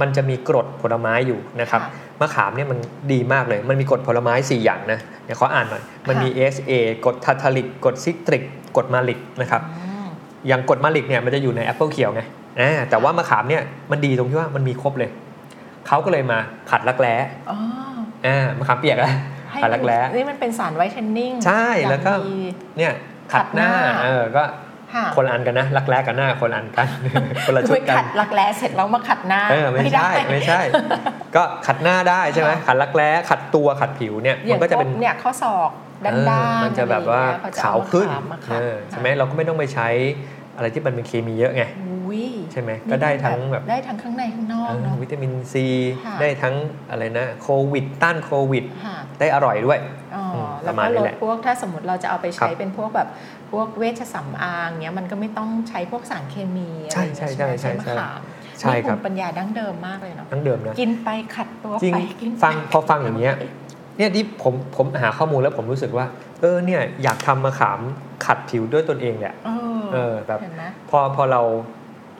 Speaker 2: มันจะมีกรดผลไม้อยู่นะครับ
Speaker 1: ค่ะ
Speaker 2: มะขามเนี่ยมันดีมากเลย มันมีกรดผลไม้ 4 อย่างนะเดี๋ยวขออ่านหน่อย มันมี SA กรดทาทาลิกกรดซิตริกกรดมาลิกนะครับ
Speaker 1: อืม
Speaker 2: อย่างกรดมาลิกเนี่ยมันจะอยู่ในแอปเปิลเขียวไงอ่าแต่ว่ามะขามเนี่ยมันดีตรงที่ว่ามันมีครบเลย เขาก็เลยมาขัดรักแร้
Speaker 1: อ๋อ
Speaker 2: อ่ามะขามเปียกอะ
Speaker 1: ให้
Speaker 2: ขัดรักแร้
Speaker 1: นี่มันเป็นสารไวท์เทนนิ่ง
Speaker 2: ใช่แล้วก็
Speaker 1: อย่างดี
Speaker 2: เนี่ยขัดหน้า
Speaker 1: ขัดหน้า
Speaker 2: เออก็
Speaker 1: ค่ะ
Speaker 2: คนละอันกันนะรักแร้กับหน้าคนละอันกัน คนละชุ
Speaker 1: ไป
Speaker 2: ดกัน
Speaker 1: ขัดรักแร้เสร็จแล้วมาขัดหน้า
Speaker 2: เออไม่ใช่
Speaker 1: ด้
Speaker 2: ไม่ใช่ ก็ขัดหน้าได้ใช่ไหม
Speaker 1: ค่ะ
Speaker 2: ขัดรักแร้ขัดตัวขัดผิวเนี่ย
Speaker 1: อ
Speaker 2: มั
Speaker 1: ย่าน ง
Speaker 2: ก็จะเป็น
Speaker 1: พวเนี่ยข้อศอกด้าน
Speaker 2: เออ
Speaker 1: ด้าน
Speaker 2: มันจะแบบว่าขาวขึ้นเอ
Speaker 1: เอ
Speaker 2: อ
Speaker 1: อ
Speaker 2: ใช่ไหมเราก็ไม่ต้องไปใช้อะไรที่มันเป็นเคมีเยอะไง
Speaker 1: อุ้ย
Speaker 2: ใช่ไหมก็ได้ทั้งแบบ
Speaker 1: ได้ทั้งข้างในข้างนอก
Speaker 2: เออ
Speaker 1: เนาะ
Speaker 2: วิตามินซี
Speaker 1: ค่ะ
Speaker 2: ได้ทั้งอะไรนะโควิด ต้านโควิด
Speaker 1: ค่ะ
Speaker 2: ได้อร่อยด้วย
Speaker 1: อ๋ออ
Speaker 2: ม
Speaker 1: แล้ว
Speaker 2: ประมา
Speaker 1: ก็
Speaker 2: ณนี้
Speaker 1: ล
Speaker 2: แห
Speaker 1: ด
Speaker 2: ละ
Speaker 1: พวกถ้าสมมติเราจะเอาไปใช้
Speaker 2: ครับ
Speaker 1: เป็นพวกแบบพวกเวชสำอางเนี้ยมันก็ไม่ต้องใช้พวกสารเคมีอะไร
Speaker 2: ใช่
Speaker 1: อย่าง
Speaker 2: ใช่
Speaker 1: เงี้ย
Speaker 2: ใช่
Speaker 1: ไหมมะขาม
Speaker 2: ใช่ใช่ใช่
Speaker 1: นี่
Speaker 2: ครับ
Speaker 1: ภูมิปัญญาดั้งเดิมมากเลยเนาะ
Speaker 2: ทั้งเดิมนะ
Speaker 1: กินไปขัดตัว
Speaker 2: จริง
Speaker 1: ไปกินไป
Speaker 2: ฟังพอฟังอย่างเงี้ย เนี่ยที่ผมผมหาข้อมูลแล้วผมรู้สึกว่า เออเนี่ยอยากทำมะขามขัดผิวด้วยตนเองแหละ
Speaker 1: เอ
Speaker 2: เอ
Speaker 1: อ
Speaker 2: อแบบ
Speaker 1: เห็นไหม
Speaker 2: พอพอเรา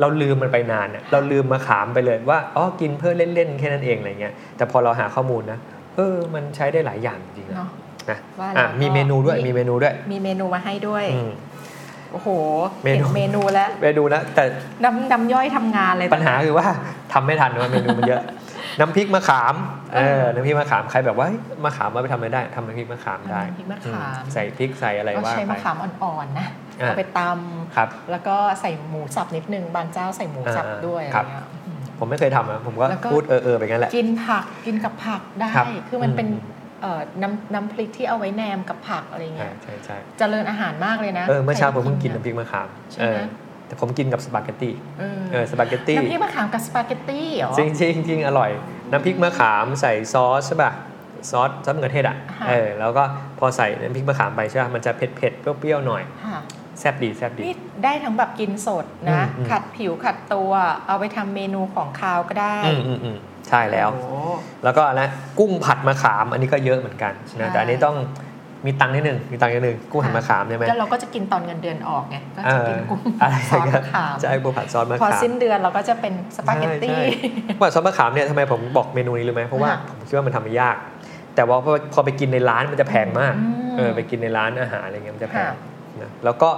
Speaker 2: เราลืมมันไปนานเนี่ยเราลืมมะขามไปเลยว่าอ๋อกินเพื่อเล่นๆแค่นั้นเองอะไรเงี้ยแต่พอเราหาข้อมูลนะเออมันใช้ได้หลายอย่างจริงๆนะ
Speaker 1: เนาะ
Speaker 2: นะ
Speaker 1: ว่าแล้
Speaker 2: อ่ะ
Speaker 1: วก็
Speaker 2: มีเมนูด้วยมีเมนูด้วย
Speaker 1: มีเมนูมาให้ด้วย
Speaker 2: อืม
Speaker 1: โอ้โห
Speaker 2: เมนู
Speaker 1: ห็นเมนูแล้ว
Speaker 2: ไปดูนะแต่
Speaker 1: น้ำน้ำย่อยทำงานเลย
Speaker 2: ปัญหาคือว่าทำไม่ทันว่าเมนู มันเยอะ น้ำพริกมะขามเออน้ำพริกมะขามใครแบบว่าเฮ้ยมะขามมาไปทำอะไรได้ทำน้ำพริกมะขามได้
Speaker 1: ทำน้ำพริกมะขาม
Speaker 2: อืใส่พริกใส่อะไร
Speaker 1: ก็
Speaker 2: ว่า
Speaker 1: ใช้
Speaker 2: ไป
Speaker 1: มะขามอ่อนๆนะ
Speaker 2: อ่ะ
Speaker 1: เอาไปต
Speaker 2: ครับ
Speaker 1: ำแล้วก็ใส่หมูสับนิดนึงบางเจ้าใส่หมูสับ
Speaker 2: อ่า
Speaker 1: ด้วย
Speaker 2: ครับ
Speaker 1: อะไรเงี้ยอืม
Speaker 2: ผมไม่เคยทำนะผมก็
Speaker 1: แล้วก็
Speaker 2: พูดเออเออไปงั้นแหละ
Speaker 1: กินผักกินกับผักได้
Speaker 2: ครับ
Speaker 1: คือมัน
Speaker 2: อืม
Speaker 1: เป็นเอ่อน้ำน้ำพริกที่เอาไว้แนมกับผักอะไร
Speaker 2: อ่า
Speaker 1: เงี้ย
Speaker 2: ใช่ใช่
Speaker 1: เจริญอาหารมากเลยนะ
Speaker 2: เออเมื่อเช้าผมเพิ่งกิน
Speaker 1: ใคร
Speaker 2: น้ำพ
Speaker 1: ที่
Speaker 2: ริกมะขาม
Speaker 1: ใช่
Speaker 2: เอ
Speaker 1: ไหม
Speaker 2: อแต่ผมกินกับสปาเกตตี้
Speaker 1: เออ
Speaker 2: เออสปาเกตตี้
Speaker 1: น้ำพริกมะขามกับสปาเกตตี้เหรอ
Speaker 2: จริงจริงจริงอร่อย น้ำพริกมะขามใส่ซอสใช่ป่ะซอสซอสมะเขือเทศอ่ะ
Speaker 1: ค่ะ
Speaker 2: เออแล้วก็พอใส่น้ำพริกมะขามไปใช่ป่ะมันจะเผ็ดเผ็ดๆเปรี้ยวๆหน่อย
Speaker 1: ค่ะ
Speaker 2: แซ่บดีแซ่บดี
Speaker 1: นี่ได้ทั้งแบบกินสดนะ
Speaker 2: อืมอืม
Speaker 1: ขัดผิวขัดตัว เอาไปทำเมนูของคาวก็ได้
Speaker 2: อืมอืมอืมใช่แล้ว
Speaker 1: โอ้โห
Speaker 2: แล้วก็นะกุ้งผัดมะขามอันนี้ก็เยอะเหมือนกัน
Speaker 1: ใช่
Speaker 2: นะแต่อันนี้ต้องมีตังค์นิดหนึ่งมีตังค์นิดหนึ่งกุ้งผัดมะขามใช่ไหม
Speaker 1: แล้วเราก็จะกินตอนเงินเดือนออกไง ก็
Speaker 2: เอ
Speaker 1: จะ
Speaker 2: อ
Speaker 1: กินกุ้ง
Speaker 2: อะไร
Speaker 1: ซอสมะขาม
Speaker 2: ใช่กุ้งผัดซอสมะ
Speaker 1: พอ
Speaker 2: ขาม
Speaker 1: สิ้นเดือนเราก็จะเป็นสปาเกตตี้
Speaker 2: ใช่ใช่ว่าซอสมะขามเนี่ยทำไมผมบอกเมนูนี้รู้ไหมเพราะว่า
Speaker 1: ค่ะ
Speaker 2: ผมคิดว่ามันทำยาก แต่ว่าพอพอไปกินในร้านมันจะแพงมาก
Speaker 1: อืม
Speaker 2: เออไปกินในร้านอาหารอะไรเงี้ยมันจะแพง
Speaker 1: ค่ะ
Speaker 2: นะแล้วก็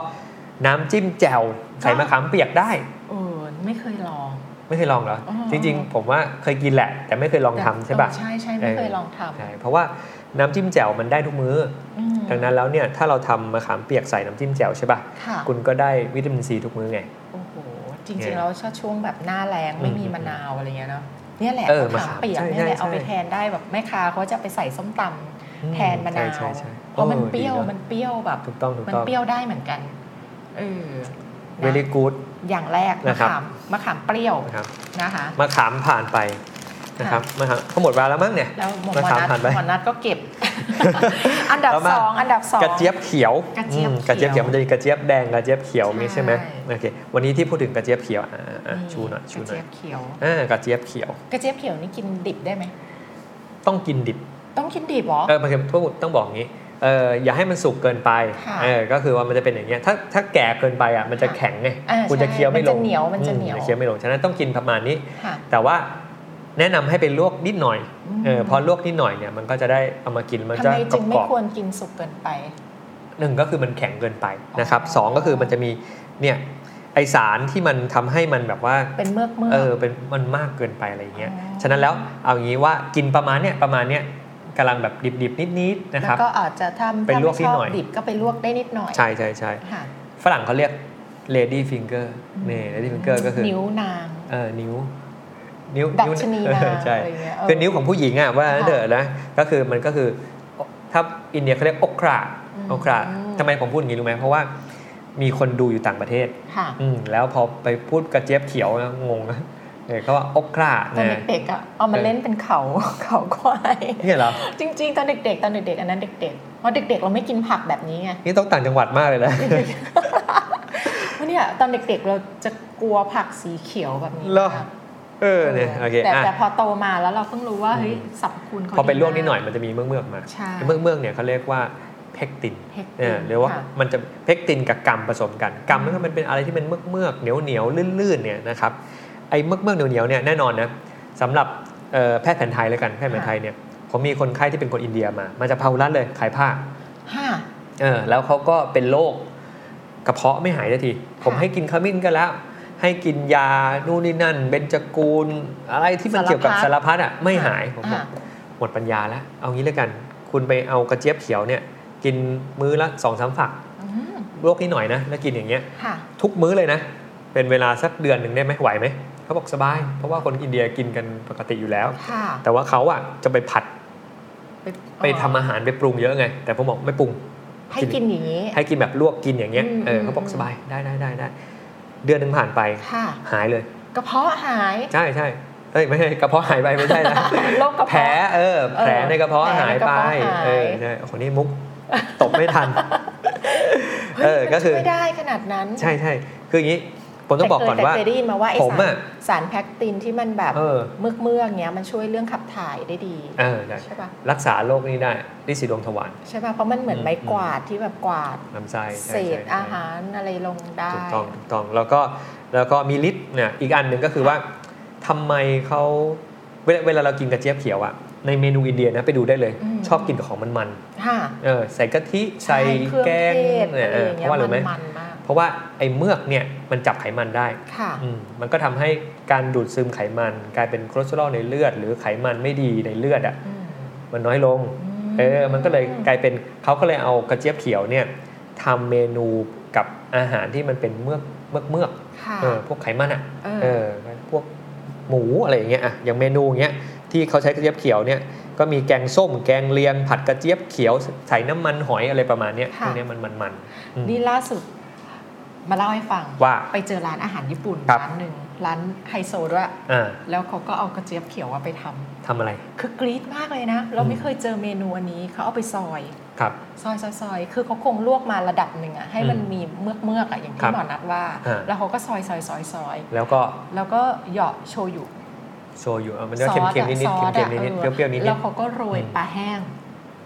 Speaker 2: น้ำจิ้มแจ่วใส่
Speaker 1: ค่ะ
Speaker 2: มะขามเปียกได้
Speaker 1: เออไม่เคยลอง
Speaker 2: ไม่เคยลองเหรอ
Speaker 1: อ๋อ
Speaker 2: จริง ๆ ผมว่าเคยกินแหละ แต่ไม่เคยลองทำใช่ปะ
Speaker 1: เออใช่ใช่ไม่เคย
Speaker 2: เออ
Speaker 1: ลองท
Speaker 2: ใช่เพราะว่าน้ำจิ้มแจ่วมันได้ทุกมื้อ
Speaker 1: ำอืม
Speaker 2: ดังนั้นแล้วเนี่ยถ้าเราทำมะขามเปียกใส่น้ำจิ้มแจ่วใช่ปะ
Speaker 1: ค่ะ
Speaker 2: คุณก็ได้วิตามินซีทุกมื้อไง
Speaker 1: โอ้โห จ
Speaker 2: เนี่
Speaker 1: ริง
Speaker 2: ย
Speaker 1: ๆแล้วถ้าช่วงแบบหน้าแรงไม่มี
Speaker 2: อืม
Speaker 1: มะนาวอะไรเงี้ยเนาะเนี่ยแหละ
Speaker 2: เออ
Speaker 1: มะขามเปียก
Speaker 2: มะขาม
Speaker 1: เนี่ยแหละ
Speaker 2: ใช่ใช่
Speaker 1: เอาไปแทนได้แบบแม่ค้าเขาจะไปใส่ส้มตำ
Speaker 2: อื
Speaker 1: แทนมะนาว
Speaker 2: ใช่ใช่ใช่
Speaker 1: เพราะมัน
Speaker 2: ออ
Speaker 1: เปรี้ยว
Speaker 2: ดีอะ
Speaker 1: มันเปรี้ยวแบบ
Speaker 2: ถูกต้องถูก
Speaker 1: มัน
Speaker 2: ต้อง
Speaker 1: เปรี้ยวได้เหมือนกันเออนะ
Speaker 2: very good
Speaker 1: อย่างแรกมะ
Speaker 2: นะครับ
Speaker 1: ขามมะขามเปรี้ยว
Speaker 2: นะครับ
Speaker 1: นะคะ
Speaker 2: มะขามผ่านไปนะครับมะขามก็หมดเวลาแล้วมั้งเนี่ย
Speaker 1: แล้วหมอ
Speaker 2: มะ
Speaker 1: มอ
Speaker 2: ขาม
Speaker 1: นัท
Speaker 2: ผ่านไป
Speaker 1: หมอนัทก็ เก็บ อันดับ
Speaker 2: แล้วมา
Speaker 1: สองอันดับสอง
Speaker 2: กระเจี๊ยบเขียว
Speaker 1: กระเจี๊ยบ
Speaker 2: อืม
Speaker 1: เขียว
Speaker 2: กระเจี๊ยบเขียวมันจะมีกระเจี๊ยบแดงกระเจี๊ยบเขียวมีใช่ไหม
Speaker 1: ใช่
Speaker 2: โอเควันนี้ที่พูดถึงกระเจี๊ยบเขียวอ่ะอ่ะอ่ะ
Speaker 1: นี่
Speaker 2: ชูหน่อยชูห
Speaker 1: กระ
Speaker 2: น่อ
Speaker 1: เจี๊
Speaker 2: ย
Speaker 1: ยบเขียว
Speaker 2: อ่ากระเจี๊ยบเขียว
Speaker 1: กระเจี๊ยบเขียวนี่กินดิบได้ไหม
Speaker 2: ต้องกินดิบ
Speaker 1: ต้องกินดิบเหรอ
Speaker 2: เออมันคือต้องต้องบอกงี้เอออย่าให้มันสุกเกินไป
Speaker 1: ค่ะ
Speaker 2: เออก็คือว่ามันจะเป็นอย่างเงี้ยถ้าถ้าแก่เกินไปอ่ะมันจะแข็งไง
Speaker 1: อ่า
Speaker 2: คุณจะ
Speaker 1: ใช่
Speaker 2: เคี้ยวไม่ลง
Speaker 1: มันจะเหนียวมันจะ
Speaker 2: อื
Speaker 1: เหนียว
Speaker 2: เคี้ยวไม่ลงฉะนั้นต้องกินประมาณนี้
Speaker 1: ค่ะ
Speaker 2: แต่ว่าแนะนำให้ไปลวกนิดหน่อย
Speaker 1: อืม
Speaker 2: เออพอลวกนิดหน่อยเนี่ยมันก็จะได้เอามากินมัน
Speaker 1: ทำ
Speaker 2: จะ
Speaker 1: ไมจึงไม่
Speaker 2: กรอบๆ
Speaker 1: ควรกินสุกเกินไป
Speaker 2: หนึ่งก็คือมันแข็งเกินไปนะครับ
Speaker 1: อ๋อ
Speaker 2: สองก็คือมันจะมีเนี่ย ไอสารที่มันทำให้มันแบบว่า
Speaker 1: เป็นเมือกเมือก
Speaker 2: เออเป็นมันมากเกินไปอะไรอย่างเงี้ย
Speaker 1: อ๋อ
Speaker 2: ฉะนั้นแล้วเอาอย่างนี้ว่ากินประมาณเนี้ยประมาณเนี้ยกำลังแบบดิบๆ นิดๆนะค
Speaker 1: แล้
Speaker 2: รับ
Speaker 1: วก็อาจจะทำ
Speaker 2: ไปลวกนิด
Speaker 1: ถ้า
Speaker 2: หน่
Speaker 1: ไม่ช
Speaker 2: อย
Speaker 1: บดิบก็ไปลวกได้นิดหน่อย
Speaker 2: ใช่ใช่ใช่
Speaker 1: ค่ะ
Speaker 2: ฝรั่งเขาเรียก lady finger นี่ lady finger ก็คือ
Speaker 1: นิ้วนาง
Speaker 2: เออนิ้ว นิ้ว
Speaker 1: ดั
Speaker 2: ว
Speaker 1: ช
Speaker 2: เอน
Speaker 1: นีาง
Speaker 2: อใช่
Speaker 1: อะไรย่างเงี้ยเ
Speaker 2: คือนิ้วของผู้หญิงอ่ะว่าเดอะนะก็คือมันก็คือถ้าอินเดียเขาเรียกอกครา
Speaker 1: อืม
Speaker 2: อกคราทำไมผมพูดอย่างนี้รู้ไหมเพราะว่ามีคนดูอยู่ต่างประเทศ
Speaker 1: ค่ะ
Speaker 2: อืมแล้วพอไปพูดกระเจี๊ยบเขียวนะงงนะเออเขาว่าอกครา
Speaker 1: ตอน
Speaker 2: นะ
Speaker 1: เด็กๆอ่ะเอามา
Speaker 2: เออ
Speaker 1: เล่นเป็นเขา เขาควาย
Speaker 2: เนี่ยเหรอ
Speaker 1: จริงๆ ตอนเด็กๆ ตอนเด็กๆ อันนั้นเด็กๆ เพราะเด็กๆ เราไม่กินผักแบบนี้ไง
Speaker 2: นี่ต้องต่างจังหวัดมากเลย นะ
Speaker 1: เพราะเนี่ยตอนเด็กๆ เราจะกลัวผักสีเขียวแบบนี้
Speaker 2: เหรอ
Speaker 1: มาก
Speaker 2: เออเนี่ยโอเค
Speaker 1: แต่
Speaker 2: อ่ะ
Speaker 1: แต่พอโตมาแล้วเราเพิ่งรู้ว่าเฮ้ย
Speaker 2: อืม
Speaker 1: สับคุณเขา
Speaker 2: พอเป็นลวก
Speaker 1: า
Speaker 2: นิดหน่อยมันจะมีเมือกเมือกๆมา
Speaker 1: ใช่
Speaker 2: เมือกเมือกๆเนี่ยเขาเรียกว่าเพกติน
Speaker 1: เพก
Speaker 2: เนี่ยหรือว่า
Speaker 1: ค่ะ
Speaker 2: มันจะเพกตินกับกรรมผสมกันกรรมมันเป็นอะไรที่เป็นเมือกเมือกๆเหนียวเหนียวๆลื่นๆเนี่ยนะครับไอ้เมือกเมือกๆเหนียวเหนียวๆเนี่ยแน่นอนนะสำหรับเอ่อแพทย์แผนไทยแล้วกันแพทย์แผนไทยเนี่ยผมมีคนไข้ที่เป็นคนอินเดียมามาจากพาหุรัตเลยขายผ้า
Speaker 1: ห้า
Speaker 2: เออแล้วเขาก็เป็นโรคกระเพาะไม่หายสักที ผมให้กินขมิ้นก็แล้ว ให้กินยานู่นนี่นั่นเบญจกูล อะไรที่มันเกี่ยวกับสา
Speaker 1: สาร
Speaker 2: ร
Speaker 1: พัด
Speaker 2: พัดอ่ะไม่หายผมบอก
Speaker 1: อ่ะ
Speaker 2: หมดปัญญาแล้ว เอางี้แล้วกัน คุณไปเอากระเจี๊ยบเขียวเนี่ย กินมื้อละสองสามฝัก
Speaker 1: อืม
Speaker 2: ลวกนิดหน่อยนะ แล้วกินอย่างเงี้ย
Speaker 1: ค่ะ
Speaker 2: ทุกมื้อเลยนะ เป็นเวลาสักเดือนหนึ่งได้ไหมไหวไหม เขาบอกสบาย เพราะว่าคนอินเดียกินกันปกติอยู่แล้ว
Speaker 1: ค่ะ
Speaker 2: แต่ว่าเขาอ่ะจะไปผัดไปทำอาหารไปปรุงเยอะไง แต่ผมบอกไม่ปรุง
Speaker 1: ให้กินอย่างนี้
Speaker 2: ให้กินแบบลวกกินอย่างเงี้ย
Speaker 1: อืม
Speaker 2: เออ
Speaker 1: ม
Speaker 2: เขาบอกสบาย ได้ได้ได้ได้ เดือนหนึ่งผ่านไป
Speaker 1: ค่ะ
Speaker 2: หายเลย
Speaker 1: กระเพาะหาย
Speaker 2: ใช่ใช่เอ้ยไม่ใช่กระเพาะหายไปไม่ใช่นะ
Speaker 1: โรคกระ
Speaker 2: แผล
Speaker 1: เพาะ
Speaker 2: เออแผล
Speaker 1: เออ
Speaker 2: ในกระเพาะ
Speaker 1: แผล
Speaker 2: หาย
Speaker 1: ในกระ
Speaker 2: ไป
Speaker 1: เพาะหาย
Speaker 2: เออใช่โอ้โหนี่มุก ตบไม่ทัน
Speaker 1: ฮ้ย
Speaker 2: เออ
Speaker 1: มัน
Speaker 2: ก็คือ
Speaker 1: ช่วยได้ขนาดนั้น
Speaker 2: ใช่ใช่คืออย่างนี้ ผมต้องบอกก่อน
Speaker 1: แต่เคย
Speaker 2: ว่า
Speaker 1: แต่เคยได้ยินมาว่าไอ้
Speaker 2: ผม
Speaker 1: สาร
Speaker 2: อะ
Speaker 1: สารแพคตินที่มันแบบ
Speaker 2: เออ
Speaker 1: เมือกเมือกๆเนี้ยมันช่วยเรื่องขับถ่ายได้ดี
Speaker 2: เออได้
Speaker 1: ใช่ปะ
Speaker 2: รักษาโรคนี้ได้ดิสีดวงทวาร
Speaker 1: ใช่ป่ะ เพราะมันเหมือน
Speaker 2: อืม
Speaker 1: ไม้กวาดที่แบบกวาด
Speaker 2: ลำไส้
Speaker 1: เศ
Speaker 2: ใช่
Speaker 1: ษ
Speaker 2: ใช่
Speaker 1: อาหารอะไรลงได้
Speaker 2: ถูกต้องถูกต้องแล้วก็แล้วก็มีฤทธิ์เนี่ยอีกอันหนึ่งก็คือว่าทำไมเขาเวลาเวลาเรากินกระเจี๊ยบเขียวอะในเมนูอินเดียนะไปดูได้เลย
Speaker 1: อืม
Speaker 2: ชอบกินกับของมัน
Speaker 1: ค่ะ
Speaker 2: ๆเออใส่กะทิใส่
Speaker 1: เครื่อง
Speaker 2: แกง
Speaker 1: เทศ
Speaker 2: เนี่ย
Speaker 1: อะไร
Speaker 2: เอ
Speaker 1: อ
Speaker 2: อย่าง เพ
Speaker 1: เงี้ย
Speaker 2: ราะว่าอะไรรู้ไหม
Speaker 1: มันๆมาก
Speaker 2: เพราะว่าไอ้เมือกเนี่ยมันจับไขมันได้
Speaker 1: ค่ะ
Speaker 2: อืมมันก็ทำให้การดูดซึมไขมัน กลายเป็นคอเลสเตอรอลในเลือด หรือไขมันไม่ดีในเลือดอะ่ะ
Speaker 1: อืม
Speaker 2: มันน้อยลง เออมันก็เลยกลายเป็นเขาก็เลยเอากระเจี๊ยบเขียวเนี่ยทำเมนูกับอาหารที่มันเป็นเมือกเมือกเมือก
Speaker 1: ค่ะ
Speaker 2: เออพวกไขมันอะ่ะ
Speaker 1: เออ
Speaker 2: เออพวกหมูอะไรอย่างเงี้ยอ่ะอย่างเมนูอย่างเงี้ยที่เขาใช้กระเจี๊ยบเขียวเนี่ยก็มีแกงส้มแกงเลียง ผัดกระเจี๊ยบเขียวใส่น้ำมันหอยอะไรประมาณเนี้ยพวกเนี้ยมันมันมันอืม
Speaker 1: นี่ล่าสุด มาเล่าให้ฟัง
Speaker 2: ว่า
Speaker 1: ไปเจอร้านอาหารญี่ปุ่น
Speaker 2: ครับ
Speaker 1: ร้านหนึ่งร้านไฮโซด้วย
Speaker 2: อ่า
Speaker 1: แล้วเขาก็เอากระเจี๊ยบเขียวอะไปทำ
Speaker 2: ทำอะไร
Speaker 1: คือกรี๊ดมากเลยนะ เราไม่เคยเจอเมนูอันนี้เขาเอาไปซอย
Speaker 2: ครับ
Speaker 1: ซอยซอยซอยคือเขาคงลวกมาระดับหนึ่งอะให้มัน
Speaker 2: อืม
Speaker 1: มีเมือกเมือกๆอะอย่าง
Speaker 2: ครั
Speaker 1: ที่
Speaker 2: บ
Speaker 1: หมอนัดว่า
Speaker 2: ฮะ
Speaker 1: แล้วเขาก็ซอยซอยซอยซอย
Speaker 2: แล้วก็
Speaker 1: แล้วก็เหยาะโชยุ
Speaker 2: โชยุอ่ะมันจะ
Speaker 1: ซอส
Speaker 2: เค็มๆนิด
Speaker 1: ซอ
Speaker 2: ๆ
Speaker 1: ส
Speaker 2: เค็มๆนิดๆ
Speaker 1: อะ
Speaker 2: เปรี้ยวๆนิด
Speaker 1: แล้
Speaker 2: ๆ
Speaker 1: วเขาก็โรย
Speaker 2: อืม
Speaker 1: ปลาแห้ง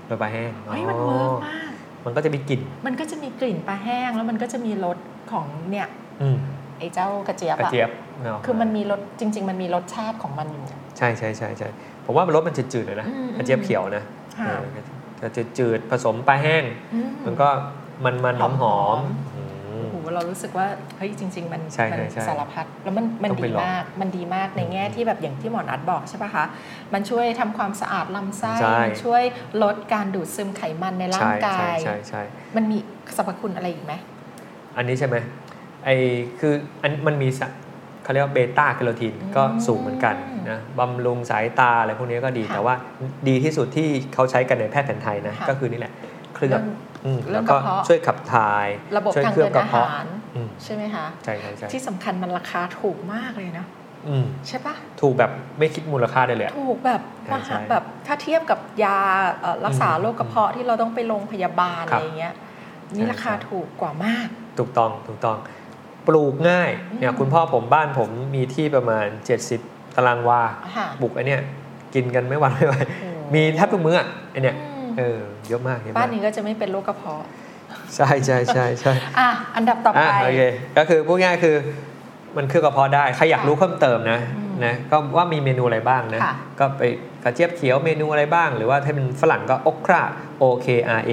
Speaker 2: โดยปลาแห้ง
Speaker 1: เฮ้ยมัน
Speaker 2: อ๋อ
Speaker 1: เวิร์กมาก
Speaker 2: มันก็จะมีกลิ่น
Speaker 1: มันก็จะมีกลิ่นปลาแห้ง แล้วมันก็จะมีรสของเนี่ย
Speaker 2: อืม
Speaker 1: ไอ้เจ้ากระเจี๊ยบ
Speaker 2: กระ
Speaker 1: อะ
Speaker 2: เจี๊ยบเนาะ
Speaker 1: คือมันมีรสจริง ๆ มันมีรสชาติของมันอยู่
Speaker 2: ใช่ใช่ใช่ใช่ผมว่ารสมันจืดๆหน่อยนะ
Speaker 1: อืม
Speaker 2: กระเจี๊ยบเขียวนะ
Speaker 1: ค่ะ
Speaker 2: เออจะจืดๆผสมปลาแห้ง
Speaker 1: อืม
Speaker 2: มันก็มันมันหอมห
Speaker 1: ห
Speaker 2: อ
Speaker 1: อ
Speaker 2: ม
Speaker 1: ม โอ้โหเรารู้สึกว่าเฮ้ยจริง ๆ มัน
Speaker 2: ใช่ใช่
Speaker 1: มัน
Speaker 2: ใช่
Speaker 1: สารพัดแล้วมันมัน
Speaker 2: ต้องไป
Speaker 1: ดี
Speaker 2: ลอง
Speaker 1: มากมันดีมากในแง่ที่แบบอย่างที่หมอนัดบอกใช่ปะคะมันช่วยทำความสะอาดลำไส้
Speaker 2: ใช่
Speaker 1: มันช่วยลดการดูดซึมไขมันในร่าง
Speaker 2: ใช่
Speaker 1: กา
Speaker 2: ใช่
Speaker 1: ย
Speaker 2: ใช่ใช่
Speaker 1: มันมีสรรพคุณอะไรอีกไหม
Speaker 2: อันนี้ใช่ไหมไอคืออันมันมีสะเขาเรียกว่าเบต้าแคโรทีนก็สูงเหมือนกันนะบำรุงสายตาอะไรพวกนี้ก็ดีแต่ว่าดีที่สุดที่เขาใช้กันในแพทย์แผนไทยนะก็คือนี่แหละเคลือบ
Speaker 1: เรื่อง
Speaker 2: อืม
Speaker 1: เรื่
Speaker 2: แล้
Speaker 1: อ
Speaker 2: ว
Speaker 1: ง
Speaker 2: ก็
Speaker 1: กระเพาะ
Speaker 2: ช่วยขับถ่าย
Speaker 1: ระบบ
Speaker 2: ช่วย
Speaker 1: ทาง
Speaker 2: เคลือ
Speaker 1: เดิ
Speaker 2: บ
Speaker 1: น
Speaker 2: กระ
Speaker 1: อา
Speaker 2: เพาะ
Speaker 1: หาร
Speaker 2: อืม
Speaker 1: ใช่ไหมคะ
Speaker 2: ใช่ใช่ใช่
Speaker 1: ที่สำคัญมันราคาถูกมากเลยนะ
Speaker 2: อืม
Speaker 1: ใช่ปะ
Speaker 2: ถูกแบบไม่คิดมูลค่าได้เลยอะ
Speaker 1: ถูกแบบ
Speaker 2: ใช่
Speaker 1: มหา
Speaker 2: ใช่
Speaker 1: แบบถ้าเทียบกับยาเอ่อรักษา
Speaker 2: อืม
Speaker 1: โรคกระเพาะที่เราต้องไปโรงพยาบาล
Speaker 2: ครั
Speaker 1: อะ
Speaker 2: บ
Speaker 1: ไรเงี้ยนี่
Speaker 2: ใช่
Speaker 1: ราคา
Speaker 2: ใช่
Speaker 1: ถูกกว่ามาก
Speaker 2: ถูกต้องถูกต้อง ปลูกง่าย
Speaker 1: อืม
Speaker 2: เนี่ยคุณพ่อผมบ้านผมมีที่ประมาณ 70 ตารางวา
Speaker 1: ค่ะ
Speaker 2: บุกไอเนี่ยกินกันไม่หวันไม่ไหวมีแทบทุกมื้ออะไอเนี่ย
Speaker 1: อืม
Speaker 2: เออเยอะมากเย
Speaker 1: บ้าม
Speaker 2: อะาน ก
Speaker 1: นี้ก็จะไม่เป็นโรคกระเพาะ
Speaker 2: ใช่ใช่ใช่ใช่
Speaker 1: อ่ะ อันดับต่อ
Speaker 2: อ่ะ
Speaker 1: ไป
Speaker 2: โอเคก็คือพูดง่ายๆคือมันเคลือบกระเพาะได้ใครอยากรู้เพิ่มเติมนะ
Speaker 1: อืม
Speaker 2: นะก็ว่ามีเมนูอะไรบ้างนะ
Speaker 1: ค่ะ
Speaker 2: ก็ไปกระเจี๊ยบเขียวเมนูอะไรบ้าง หรือว่าถ้าเป็นฝรั่งก็อกครา O K R A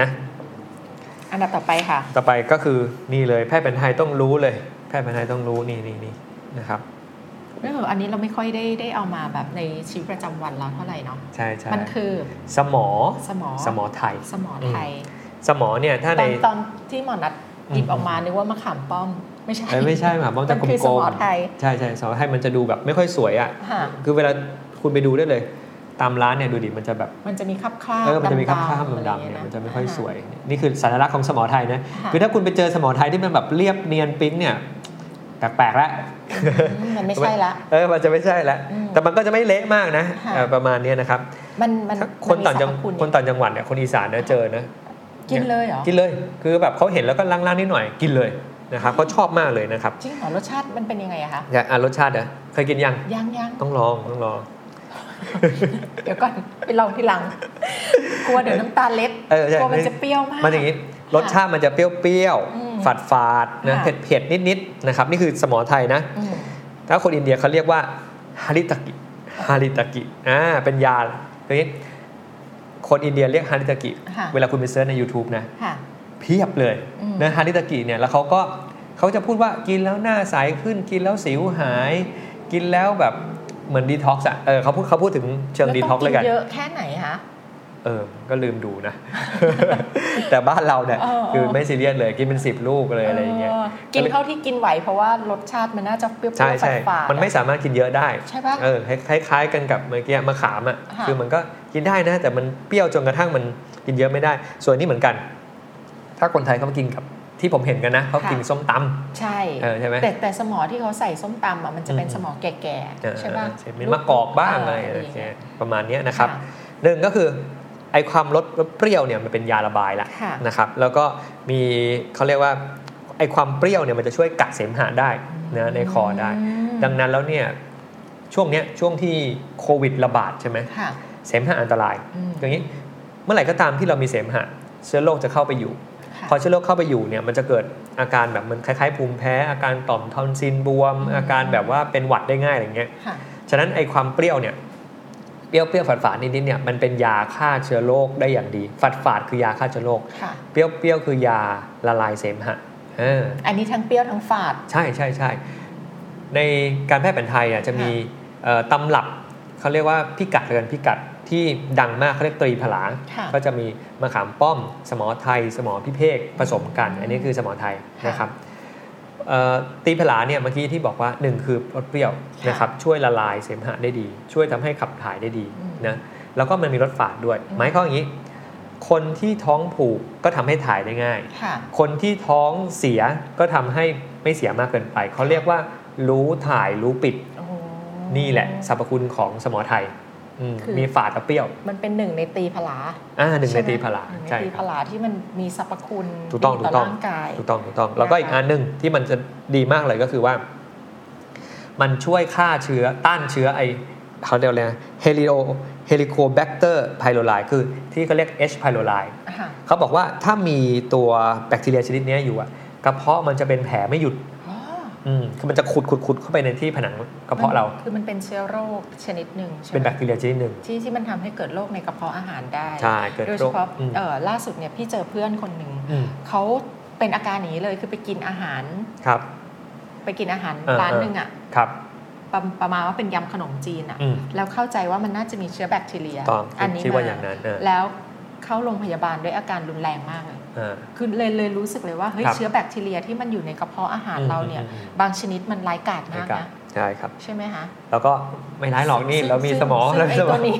Speaker 2: นะ
Speaker 1: อันดับต่อไปค่ะ
Speaker 2: ต่อไปก็คือนี่เลยแพทย์แผนไทยต้องรู้เลย แพ พทย์แผนไทยต้องรู้นี่นี่นี่นะครับ
Speaker 1: เรื่องของอันนี้เราไม่ค่อยได้ได้เอามาแบบในชีวิตประจำวันเราเท่าไหร่เนาะ
Speaker 2: ใช่ใช่
Speaker 1: มันคือ
Speaker 2: สมอ
Speaker 1: สมอ
Speaker 2: สมอไทย
Speaker 1: สมอไทย
Speaker 2: สมอเนี่ยถ้า
Speaker 1: ต
Speaker 2: ใน
Speaker 1: อนตอนที่หมอนัดหยิบ
Speaker 2: อืม
Speaker 1: ออกมานึกว่ามะขามป้อม ไม่ใช่
Speaker 2: เอ้ยไม่ใช่หมาบ้อง
Speaker 1: มั
Speaker 2: จะ
Speaker 1: น
Speaker 2: กล
Speaker 1: คือส
Speaker 2: ม
Speaker 1: มอไทย
Speaker 2: ๆใช่ใช่สมอไทยมันจะดูแบบไม่ค่อยสวยอ่ะ
Speaker 1: ค่ะ
Speaker 2: คือเวลาคุณไปดูได้เลย ตามร้านเนี่ยดูดิมันจะแบบ
Speaker 1: มันจะมีคราบคราบ
Speaker 2: เออ มันจะมีคราบ
Speaker 1: ๆ
Speaker 2: ข้าม
Speaker 1: อะร
Speaker 2: ดำๆเนี่ยมันจะไม่ค่อยสวย
Speaker 1: า
Speaker 2: นี่คือสัญลักษณ์ของสมอไทยนะ
Speaker 1: ะ
Speaker 2: คือถ้าคุณไปเจอสมอไทยที่มันแบบเรียบเนียนปริ้นเนี่ยแปลกๆแล้ว
Speaker 1: อืมมันไม่ใช่ละ
Speaker 2: เออ มันจะไม่ใช่แล้ว
Speaker 1: อืม
Speaker 2: แต่มันก็จะไม่เละมากนะ
Speaker 1: ค่ะ
Speaker 2: เออประมาณเนี้ยนะครับ
Speaker 1: มันมัน
Speaker 2: ถ้าคนต่างจัง
Speaker 1: มัมีสรรพณ
Speaker 2: คนต่างจังหวัดเนี่ยคนอีสานเนี่ยเจอนะ
Speaker 1: กินเลยเหรอ
Speaker 2: กินเลย คือแบบเขาเห็นแล้วก็ล้างๆนิดหน่อย กินเลยนะครับเขาชอบมากเลยนะครับ
Speaker 1: จริงเหรอรสชาติมันเป็นยังไงอะคะ
Speaker 2: อยากอ่ะรสชาตินะเคยกินยัง
Speaker 1: ยังยัง
Speaker 2: ต้องลองต้องลอง
Speaker 1: เดี๋ยวก่อนไปลองทีหลัง กลัวเดี๋ยวน้ำตาเล็ด
Speaker 2: เออใช่
Speaker 1: กลัวมัน
Speaker 2: ไม่
Speaker 1: จะเปรี้ยวมาก
Speaker 2: มันอย่างนี้รสชาติมันจะเปรี้ยว
Speaker 1: อืม
Speaker 2: ๆ ฝาดๆ นะ
Speaker 1: ค่ะ
Speaker 2: เผ็ดๆ นิดๆ นะครับ นี่คือสมอไทยนะ
Speaker 1: อืม
Speaker 2: ถ้าคนอินเดียเขาเรียกว่าฮาริตากิ ฮาริตากิ อ่า เป็นยาคืออย่างนี้คนอินเดียเรียกฮาริตากิ
Speaker 1: ค่ะ
Speaker 2: เวลาคุณไปเซิร์ชใน YouTube นะ
Speaker 1: ค่ะ
Speaker 2: เพียบเลย
Speaker 1: อืม
Speaker 2: นะฮาริตากิเนี่ย แล้วเขาก็เขาจะพูดว่ากินแล้วหน้าใสขึ้น กินแล้วสิวหาย กินแล้วแบบเหมือนดีท็อกซ์อ่ะ เออเขาพูดเขาพูดถึงเชิงดีท็อกซ์เลยกัน
Speaker 1: แวต้งเยอะแค่ไหนคะ
Speaker 2: เออ ก็ลืมดูนะ แต่บ้านเราเนี่ย
Speaker 1: เออเออ
Speaker 2: คือไม่ซีเรียสเลย กินเป็นสิบลูกเลยอะไรอย่างเงี้ย
Speaker 1: กินเท่าที่กินไหวเพราะว่ารสชาติมันน่าจะเปรี้ยว
Speaker 2: ใช่ใช่
Speaker 1: ๆฝาดๆ
Speaker 2: มันไม่สามารถกินเยอะได้
Speaker 1: ใช่ปะ
Speaker 2: เออคล้ายคล้ายๆกันกับเมื่อกี้มะขามอ่ะ
Speaker 1: ค่ะ
Speaker 2: คือมันก็กินได้นะ แต่มันเปรี้ยวจนกระทั่งมันกินเยอะไม่ได้ ส่วนนี้เหมือนกัน ถ้าคนไทยเขามากินกับที่ผมเห็นกันนะเขากินส้มต
Speaker 1: ใช่
Speaker 2: เออใช่ไหม
Speaker 1: แต่แต่สมอที่เขาใส่ส้มตำอ่ะมันจะเป็น
Speaker 2: อืม
Speaker 1: สมอแก่ๆ
Speaker 2: ำ
Speaker 1: ใช่ปะ
Speaker 2: เออใช่มีมะกอกบ้างอะไร
Speaker 1: เ
Speaker 2: โอเค
Speaker 1: างเงี้ย
Speaker 2: ประมาณเนี้ยนะครับหนึ่งก็คือไอความลดลดเปรี้ยวเนี่ยมันเป็นยาระบายละ
Speaker 1: ค่ะ
Speaker 2: นะครับแล้วก็มีเขาเรียกว่าไอความเปรี้ยวเนี่ยมันจะช่วยกักเสมหะได้นะในคอได้
Speaker 1: ม
Speaker 2: ดังนั้นแล้วเนี่ยช่วงเนี้ยช่วงที่โควิดระบาดใช่ไหม
Speaker 1: ค่ะ
Speaker 2: เสมหะอันตราย
Speaker 1: อืม
Speaker 2: อย่างนี้เมื่อไหร่ก็ตามที่เรามีเสมหะเชื้อโรคจะเข้าไปอยู่
Speaker 1: ค่ะ
Speaker 2: พอเชื้อโรคเข้าไปอยู่เนี่ยมันจะเกิดอาการแบบมันคล้ายๆภูมิแพ้ อาการต่อมทอนซิลบวม อาการแบบว่าเป็นหวัดได้ง่ายอะไรเงี้ย
Speaker 1: ค่ะ
Speaker 2: ฉะนั้นไอความเปรี้ยวเนี่ยเปรี้ยวเปรี้ยวๆฝาดฝาดๆนิดๆเนี่ยมันเป็นยาฆ่าเชื้อโรคได้อย่างดีฝาดฝาดๆคือยาฆ่าเชื้อโรค
Speaker 1: ค่ะ
Speaker 2: เปรี้ยวเปรี้ยวคือยาละลายเสมหะเออ
Speaker 1: อันนี้ทั้งเปรี้ยวทั้งฝาด
Speaker 2: ใช่ใช่ใช่ในการแพทย์แผนไทยอ่ะจะมีเอ่อตำรับเขาเรียกว่าพิกัดเรือนพิกัดที่ดังมากเขาเรียกตรีผลา
Speaker 1: ค่ะ
Speaker 2: ก็จะมีมะขามป้อม สมอไทย สมอพิเภกผสมกัน อันนี้คือสมอไทย
Speaker 1: ค่ะ
Speaker 2: นะครับเอ่อตรีผลาเนี่ยเมื่อกี้ที่บอกว่าหนึ่งคือรสเปรี้ยว
Speaker 1: ค่ะ
Speaker 2: นะครับช่วยละลายเสมหะได้ดี ช่วยทำให้ขับถ่ายได้ดี
Speaker 1: อืม
Speaker 2: นะแล้วก็มันมีรสฝาดด้วย
Speaker 1: อืม
Speaker 2: หมายความอย่างนี้ คนที่ท้องผูกก็ทำให้ถ่ายได้ง่าย
Speaker 1: ค่ะ
Speaker 2: คนที่ท้องเสียก็ทำให้ไม่เสียมากเกินไป เขาเรียกว่ารู้ถ่ายรู้ปิด
Speaker 1: โอ้โห
Speaker 2: นี่แหละสรรพคุณของสมอไทยอืม
Speaker 1: คือ
Speaker 2: มีฝาดกับเปรี้ยว
Speaker 1: มันเป็นหนึ่งในตีผลา
Speaker 2: อ่าหนึ่งใน
Speaker 1: ช่ไม
Speaker 2: ตีผลา
Speaker 1: หนึ่งใน
Speaker 2: ใช่
Speaker 1: ตี
Speaker 2: ค
Speaker 1: ผ
Speaker 2: รับ
Speaker 1: ลาที่มันมีสรรพคุณ
Speaker 2: ถูกต้อง
Speaker 1: ดี
Speaker 2: ถูกต้อง
Speaker 1: ร่างกาย
Speaker 2: ถูกต้องถูกต้องแล้วก็อีกอันหนึ่งที่มันจะดีมากเลยก็คือว่า มันช่วยฆ่าเชื้อต้านเชื้อไอเขาเรียกอะไรเฮลิโอเฮลิโคแบคเตอร์ไพโรไลคือที่เขาเรียก H. pylori
Speaker 1: ค่ะ
Speaker 2: เขาบอกว่าถ้ามีตัวแบคทีเรียชนิดเนี้ยอยู่อะกระเพาะมันจะเป็นแผลไม่หยุด
Speaker 1: อ๋อ
Speaker 2: อืมคือมันจะขุดขุดขุดเข้าไปในที่ผนังกระเพาะเรา
Speaker 1: มันคือมันเป็นเชื้อโรคชนิดหนึ่งใช่ไหม
Speaker 2: เป็นแบคทีเรียชนิดหนึ่ง
Speaker 1: ที่ที่มันทำให้เกิดโรคในกระเพาะอาหารได้
Speaker 2: ใช่เกิด
Speaker 1: โดย
Speaker 2: โร
Speaker 1: เฉ
Speaker 2: ค
Speaker 1: พาะ
Speaker 2: อืม
Speaker 1: เอ่อล่าสุดเนี่ยพี่เจอเพื่อนคนหนึ่ง
Speaker 2: ม
Speaker 1: เขาเป็นอาการอย่างนี้เลยคือไปกินอาหาร
Speaker 2: ครับ
Speaker 1: ไปกินอาหาร
Speaker 2: เออ
Speaker 1: ร้านหนึ่งอะ
Speaker 2: ครับ
Speaker 1: ประประมาณว่าเป็นยำขนมจีนอะ
Speaker 2: อืม
Speaker 1: แล้วเข้าใจว่ามันน่าจะมีเชื้อแบคทีเรีย
Speaker 2: ต้อง
Speaker 1: อันนี้
Speaker 2: คิดว่า
Speaker 1: มา
Speaker 2: อย่างนั้นเออ
Speaker 1: แล้วเข้าโรงพยาบาลด้วยอาการรุนแรงมากเลย
Speaker 2: อ่า
Speaker 1: คือเลยเลยรู้สึกเลยว่าเฮ้ย
Speaker 2: ครับ
Speaker 1: เชื้อแบคทีเรียที่มันอยู่ในกระเพาะอาหารเราเนี่ย
Speaker 2: อืมอืม
Speaker 1: บางชนิดมันร้ายกาจ
Speaker 2: อืม
Speaker 1: มาก
Speaker 2: ครับ
Speaker 1: นะ
Speaker 2: ใช่ครับ
Speaker 1: ใช่ไหมคะ
Speaker 2: แล้วก็ไม่ร้ายหรอกนี่
Speaker 1: ซึ่ง
Speaker 2: เรามีสมอ
Speaker 1: ซึ่ง
Speaker 2: เรามี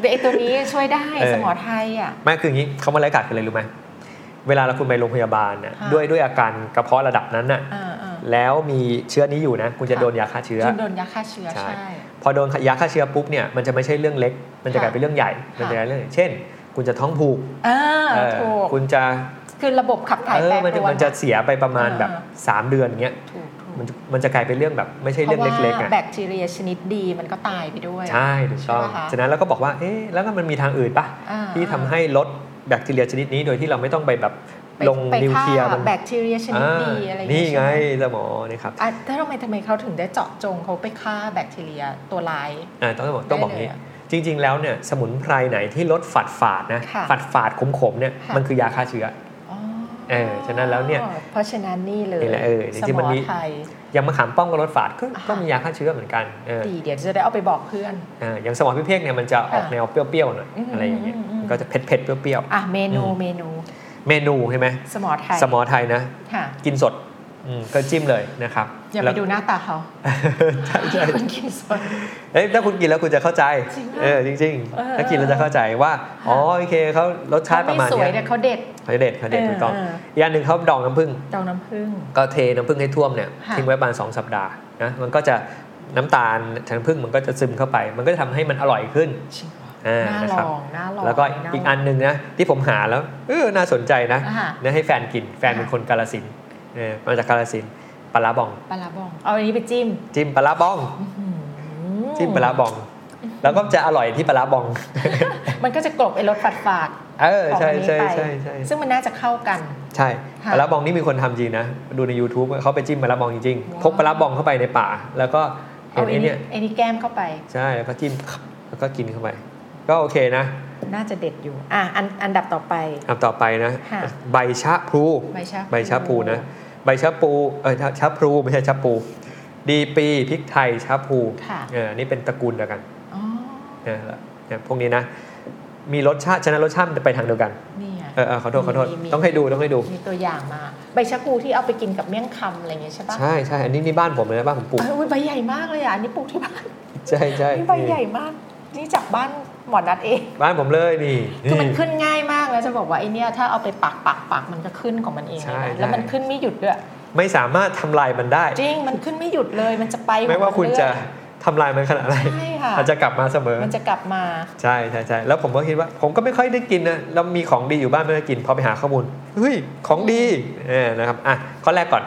Speaker 1: ไอ้ตัวนี้
Speaker 2: สมอ
Speaker 1: แต่ไอ้ตัวนี้ช่วยได้
Speaker 2: เออ
Speaker 1: สมอไทยอ่ะ
Speaker 2: ไม่คืออย่างนี้เขามาไร้ายกาดคืออะไรรู้ไหมเวลาเราคุณไปโรงพยาบาลน่ะ
Speaker 1: ค่ะ
Speaker 2: ด้วยด้วยอาการกระเพาะระดับนั้นน่ะ
Speaker 1: อ่าอ่า
Speaker 2: แล้วมีเชื้อนี้อยู่นะ คุณจะ
Speaker 1: ค่ะ
Speaker 2: โดนยาฆ่าเชื้อ
Speaker 1: จนโดนยาฆ่าเชื้อ
Speaker 2: ใช่
Speaker 1: ใช่
Speaker 2: พอโดนยาฆ่าเชื้อปุ๊บเนี่ยมันจะไม่ใช่เรื่องเล็ก มันจะ
Speaker 1: ค่ะ
Speaker 2: กลายเป็นเรื่องใหญ่มัน
Speaker 1: ค่ะ
Speaker 2: จะกลายเป็นเรื่องใหญ่เช่น คุณจะท้องผูก
Speaker 1: อ่า
Speaker 2: เออ
Speaker 1: ถูก
Speaker 2: คุณจะ
Speaker 1: คือระบบขับถ่าย
Speaker 2: เอ
Speaker 1: แปร
Speaker 2: อมัน
Speaker 1: ปร
Speaker 2: จะ
Speaker 1: วน
Speaker 2: มันจะเสียไปประมาณแบบ
Speaker 1: อ่า
Speaker 2: 3 เดือนอย่างเงี้ย
Speaker 1: ถูกถูก
Speaker 2: มันจะมันจะกลายเป็นเรื่องแบบไม่ใช่
Speaker 1: เพ
Speaker 2: เรื่อง
Speaker 1: ราะว่า
Speaker 2: เล็กๆอ่ะ
Speaker 1: แบคทีเรียชนิดดีมันก็ตายไปด้วย
Speaker 2: ใช่ถูกต้อง
Speaker 1: ใช่ปะคะ
Speaker 2: ฉะนั้นเราก็บอกว่าเอ๊ะแล้วก็มันมีทางอื่นปะ
Speaker 1: อ่า
Speaker 2: ที่ทำให้ลดแบคทีเรียชนิดนี้โดยที่เราไม่ต้องไปแบบ
Speaker 1: ไป
Speaker 2: ลง
Speaker 1: ไป
Speaker 2: นิวเคลียร์
Speaker 1: ฆ่า
Speaker 2: มัน
Speaker 1: แบคทีเรียชนิดดี
Speaker 2: า
Speaker 1: อะไรอย่า
Speaker 2: นี่
Speaker 1: เย
Speaker 2: ไง
Speaker 1: ใช่หม
Speaker 2: สมอนี่ครับ
Speaker 1: อ่ะถ้าทำไมทำไมเขาถึงได้เจาะจงเขาไปฆ่าแบคทีเรียตัวร้าย
Speaker 2: อ่าต้องบอกต้องบอก
Speaker 1: ได้เลย
Speaker 2: นี้
Speaker 1: อะ
Speaker 2: จริง ๆ แล้วเนี่ยสมุนไพรไหนที่ลดฝาดฝาดๆนะ
Speaker 1: ค่ะ
Speaker 2: ฝาดฝาดๆขมๆเนี่ย
Speaker 1: ค่ะ
Speaker 2: มันคือยาฆ่าเชื้อ
Speaker 1: อ๋อ
Speaker 2: เออฉะนั้นแล้วเนี่ย
Speaker 1: อ๋อเพราะฉะนั้นนี่เลย
Speaker 2: นี่แหละเออจ
Speaker 1: ส
Speaker 2: ริง
Speaker 1: ม
Speaker 2: ๆมัน
Speaker 1: อ
Speaker 2: มี
Speaker 1: ไทย
Speaker 2: ยางมะขามป้องกับรถฝาดก็
Speaker 1: อ่า
Speaker 2: ก็มียาฆ่าเชื้อเหมือนกันเออ
Speaker 1: ดีเดี๋ยวจะได้เอาไปบอกเพื่อน
Speaker 2: เอออย่างสมอพิเภกเนี่ยมันจะออก
Speaker 1: ค่ะ
Speaker 2: แนวเปรี้ยวๆหน่อย
Speaker 1: อืม
Speaker 2: อะไรอย่างเงี้ย
Speaker 1: อืมอืม
Speaker 2: มันก็จะเผ็ดๆเปรี้ยว
Speaker 1: อ่ะเมนู
Speaker 2: อืม
Speaker 1: เมนู
Speaker 2: ๆเมนูใช่ไหม
Speaker 1: สมอไทย
Speaker 2: สมอไทยนะ
Speaker 1: ค่ะ
Speaker 2: กินสดอืมก็จิ้มเลยนะครับ
Speaker 1: อย่าไป
Speaker 2: แล้ว
Speaker 1: ดูหน้าตาเขา
Speaker 2: ใช่ใช่
Speaker 1: คนกินสด
Speaker 2: เอ้ยถ้าคุณกินแล้วคุณจะเข้าใจ
Speaker 1: จริงปะ
Speaker 2: เออจริง
Speaker 1: เออ
Speaker 2: ๆ ถ้ากินแล้วจะเข้าใจว่าอ๋อ
Speaker 1: ค่ะ
Speaker 2: โอเคเขารสชาติประมาณ
Speaker 1: เขสวย
Speaker 2: เนี้
Speaker 1: เนี่ย ยเขาเด็ด
Speaker 2: เขาเด็ดเขาเด็ดถูกต้อง
Speaker 1: เ
Speaker 2: อีกอย่างหนึ่งเขาดองน้ำผึ้ง
Speaker 1: ดองน้ำผึ้ง
Speaker 2: ก็เทน้ำผึ้งให้ท่วมเนี่ย
Speaker 1: ค่ะ
Speaker 2: ทิ้งไว้ประมาณสองสัปดาห์นะมันก็จะน้ำตาลจากน้ำผึ้งมันก็จะซึมเข้าไป มันก็จะทำให้มันอร่อยขึ้น
Speaker 1: จริงเหรอ
Speaker 2: อ่า
Speaker 1: น่า
Speaker 2: นะ
Speaker 1: ล
Speaker 2: ครับ
Speaker 1: องน่าลอง
Speaker 2: แล้วก็
Speaker 1: า
Speaker 2: อีกอันหนึ่งนะที่ผมหาแล้วเออน่าสนใจนะ
Speaker 1: อ่ะฮะ
Speaker 2: นะให้แฟนกินแฟนเป็นคนกาลสินธุ์เออมาจากกาลสินธุ์ปลาร้าบอง
Speaker 1: ปลาร้าบอง เอาอันนี้ไปจิ้ม
Speaker 2: จิ้มปลาร้าบอง
Speaker 1: อื้อหือ
Speaker 2: จิ้มปลาร้าบอง แล้วก็จะอร่อยที่ปลาร้าบอง
Speaker 1: มันก็จะกลบไอ้รสฝาดฝาด
Speaker 2: เออ
Speaker 1: ๆของ
Speaker 2: ใช่
Speaker 1: อันนี้
Speaker 2: ใช่
Speaker 1: ไป
Speaker 2: ใช่ใช่
Speaker 1: ซึ่งมันน่าจะเข้ากัน
Speaker 2: ใช่
Speaker 1: ค่ะ
Speaker 2: ปลาร้าบองนี่มีคนทำจริงนะ ดูใน YouTube เขาไปจิ้มปลาร้าบองจริงๆ
Speaker 1: ว้าว
Speaker 2: พกปลาร้าบองเข้าไปในป่า แล้วก็
Speaker 1: เอา
Speaker 2: เห็น
Speaker 1: ไอ้นี่
Speaker 2: ไอ้เนี่ย
Speaker 1: ไอ้นี่แก้มเข้าไป
Speaker 2: ใช่แล้วก็จิ้มแล้วก็กินเข้าไป ก็โอเคนะ
Speaker 1: น่าจะเด็ดอยู่ อ่ะอันอันดับต่อไป
Speaker 2: อันต่อไปนะ
Speaker 1: ค่ะ
Speaker 2: ใบชะพลู
Speaker 1: ใบชา
Speaker 2: ใบชะพลูนะใบชะพลูเออชะพลูไม่ใช่ชะพลูดีปีพริกไทยชะพลู
Speaker 1: ค่ะ
Speaker 2: เอออันนี่เป็นตระกูลเดียวกัน
Speaker 1: อ๋อ
Speaker 2: นะแล้วเนี่ยพวกนี้นะ มีรสชาติฉะนั้นรสชาติมันจะไปทางเดียวกัน
Speaker 1: เนี่ย
Speaker 2: เออเออขอโทษขอโทษ
Speaker 1: มีมี
Speaker 2: ต้องให้ดูต้องให้ดู
Speaker 1: มีตัวอย่างมา ใบชะพูที่เอาไปกินกับเมี่ยงคำอะไรอย่างเงี้ยใช่ปะ
Speaker 2: ใช่ใช่อันนี้นี่บ้านผมเลยนะบ้านผมปลูก
Speaker 1: เอออุ๊ยใบใหญ่มากเลยอ่ะอันนี้ปลูกที่บ้าน
Speaker 2: ใช่ใช่
Speaker 1: นี่ใบใหญ่มาก นี่จากบ้านหมอนัดเอง
Speaker 2: บ้านผมเลยนี่
Speaker 1: คือมัน
Speaker 2: นี่
Speaker 1: ขึ้นง่ายมากแล้วจะบอกว่าไอเนี้ยถ้าเอาไปปักปักปักมันก็ขึ้นของมันเอง
Speaker 2: ใช่
Speaker 1: เลยนะ
Speaker 2: ใช่
Speaker 1: แล้วมันขึ้นไม่หยุดด้วย
Speaker 2: ไม่สามารถทำลายมันได้
Speaker 1: จริงมันขึ้นไม่หยุดเลยมันจะไปของ
Speaker 2: ไม่ว่าคุณจะ
Speaker 1: เรื่อ
Speaker 2: ทำลายมันขนาดไหน
Speaker 1: ยใช่ค่ะ
Speaker 2: อาจจะกลับมาเสมอ
Speaker 1: มันจะกลับมา
Speaker 2: ใช่ใช่ใช่แล้วผมก็คิดว่าผมก็ไม่ค่อยได้กินนะแล้วมีของดีอยู่บ้านไม่ได้กินพอไปหาข้อมูลเฮ้ยของดีเออนะครับอ่ะข้อแรกก่อน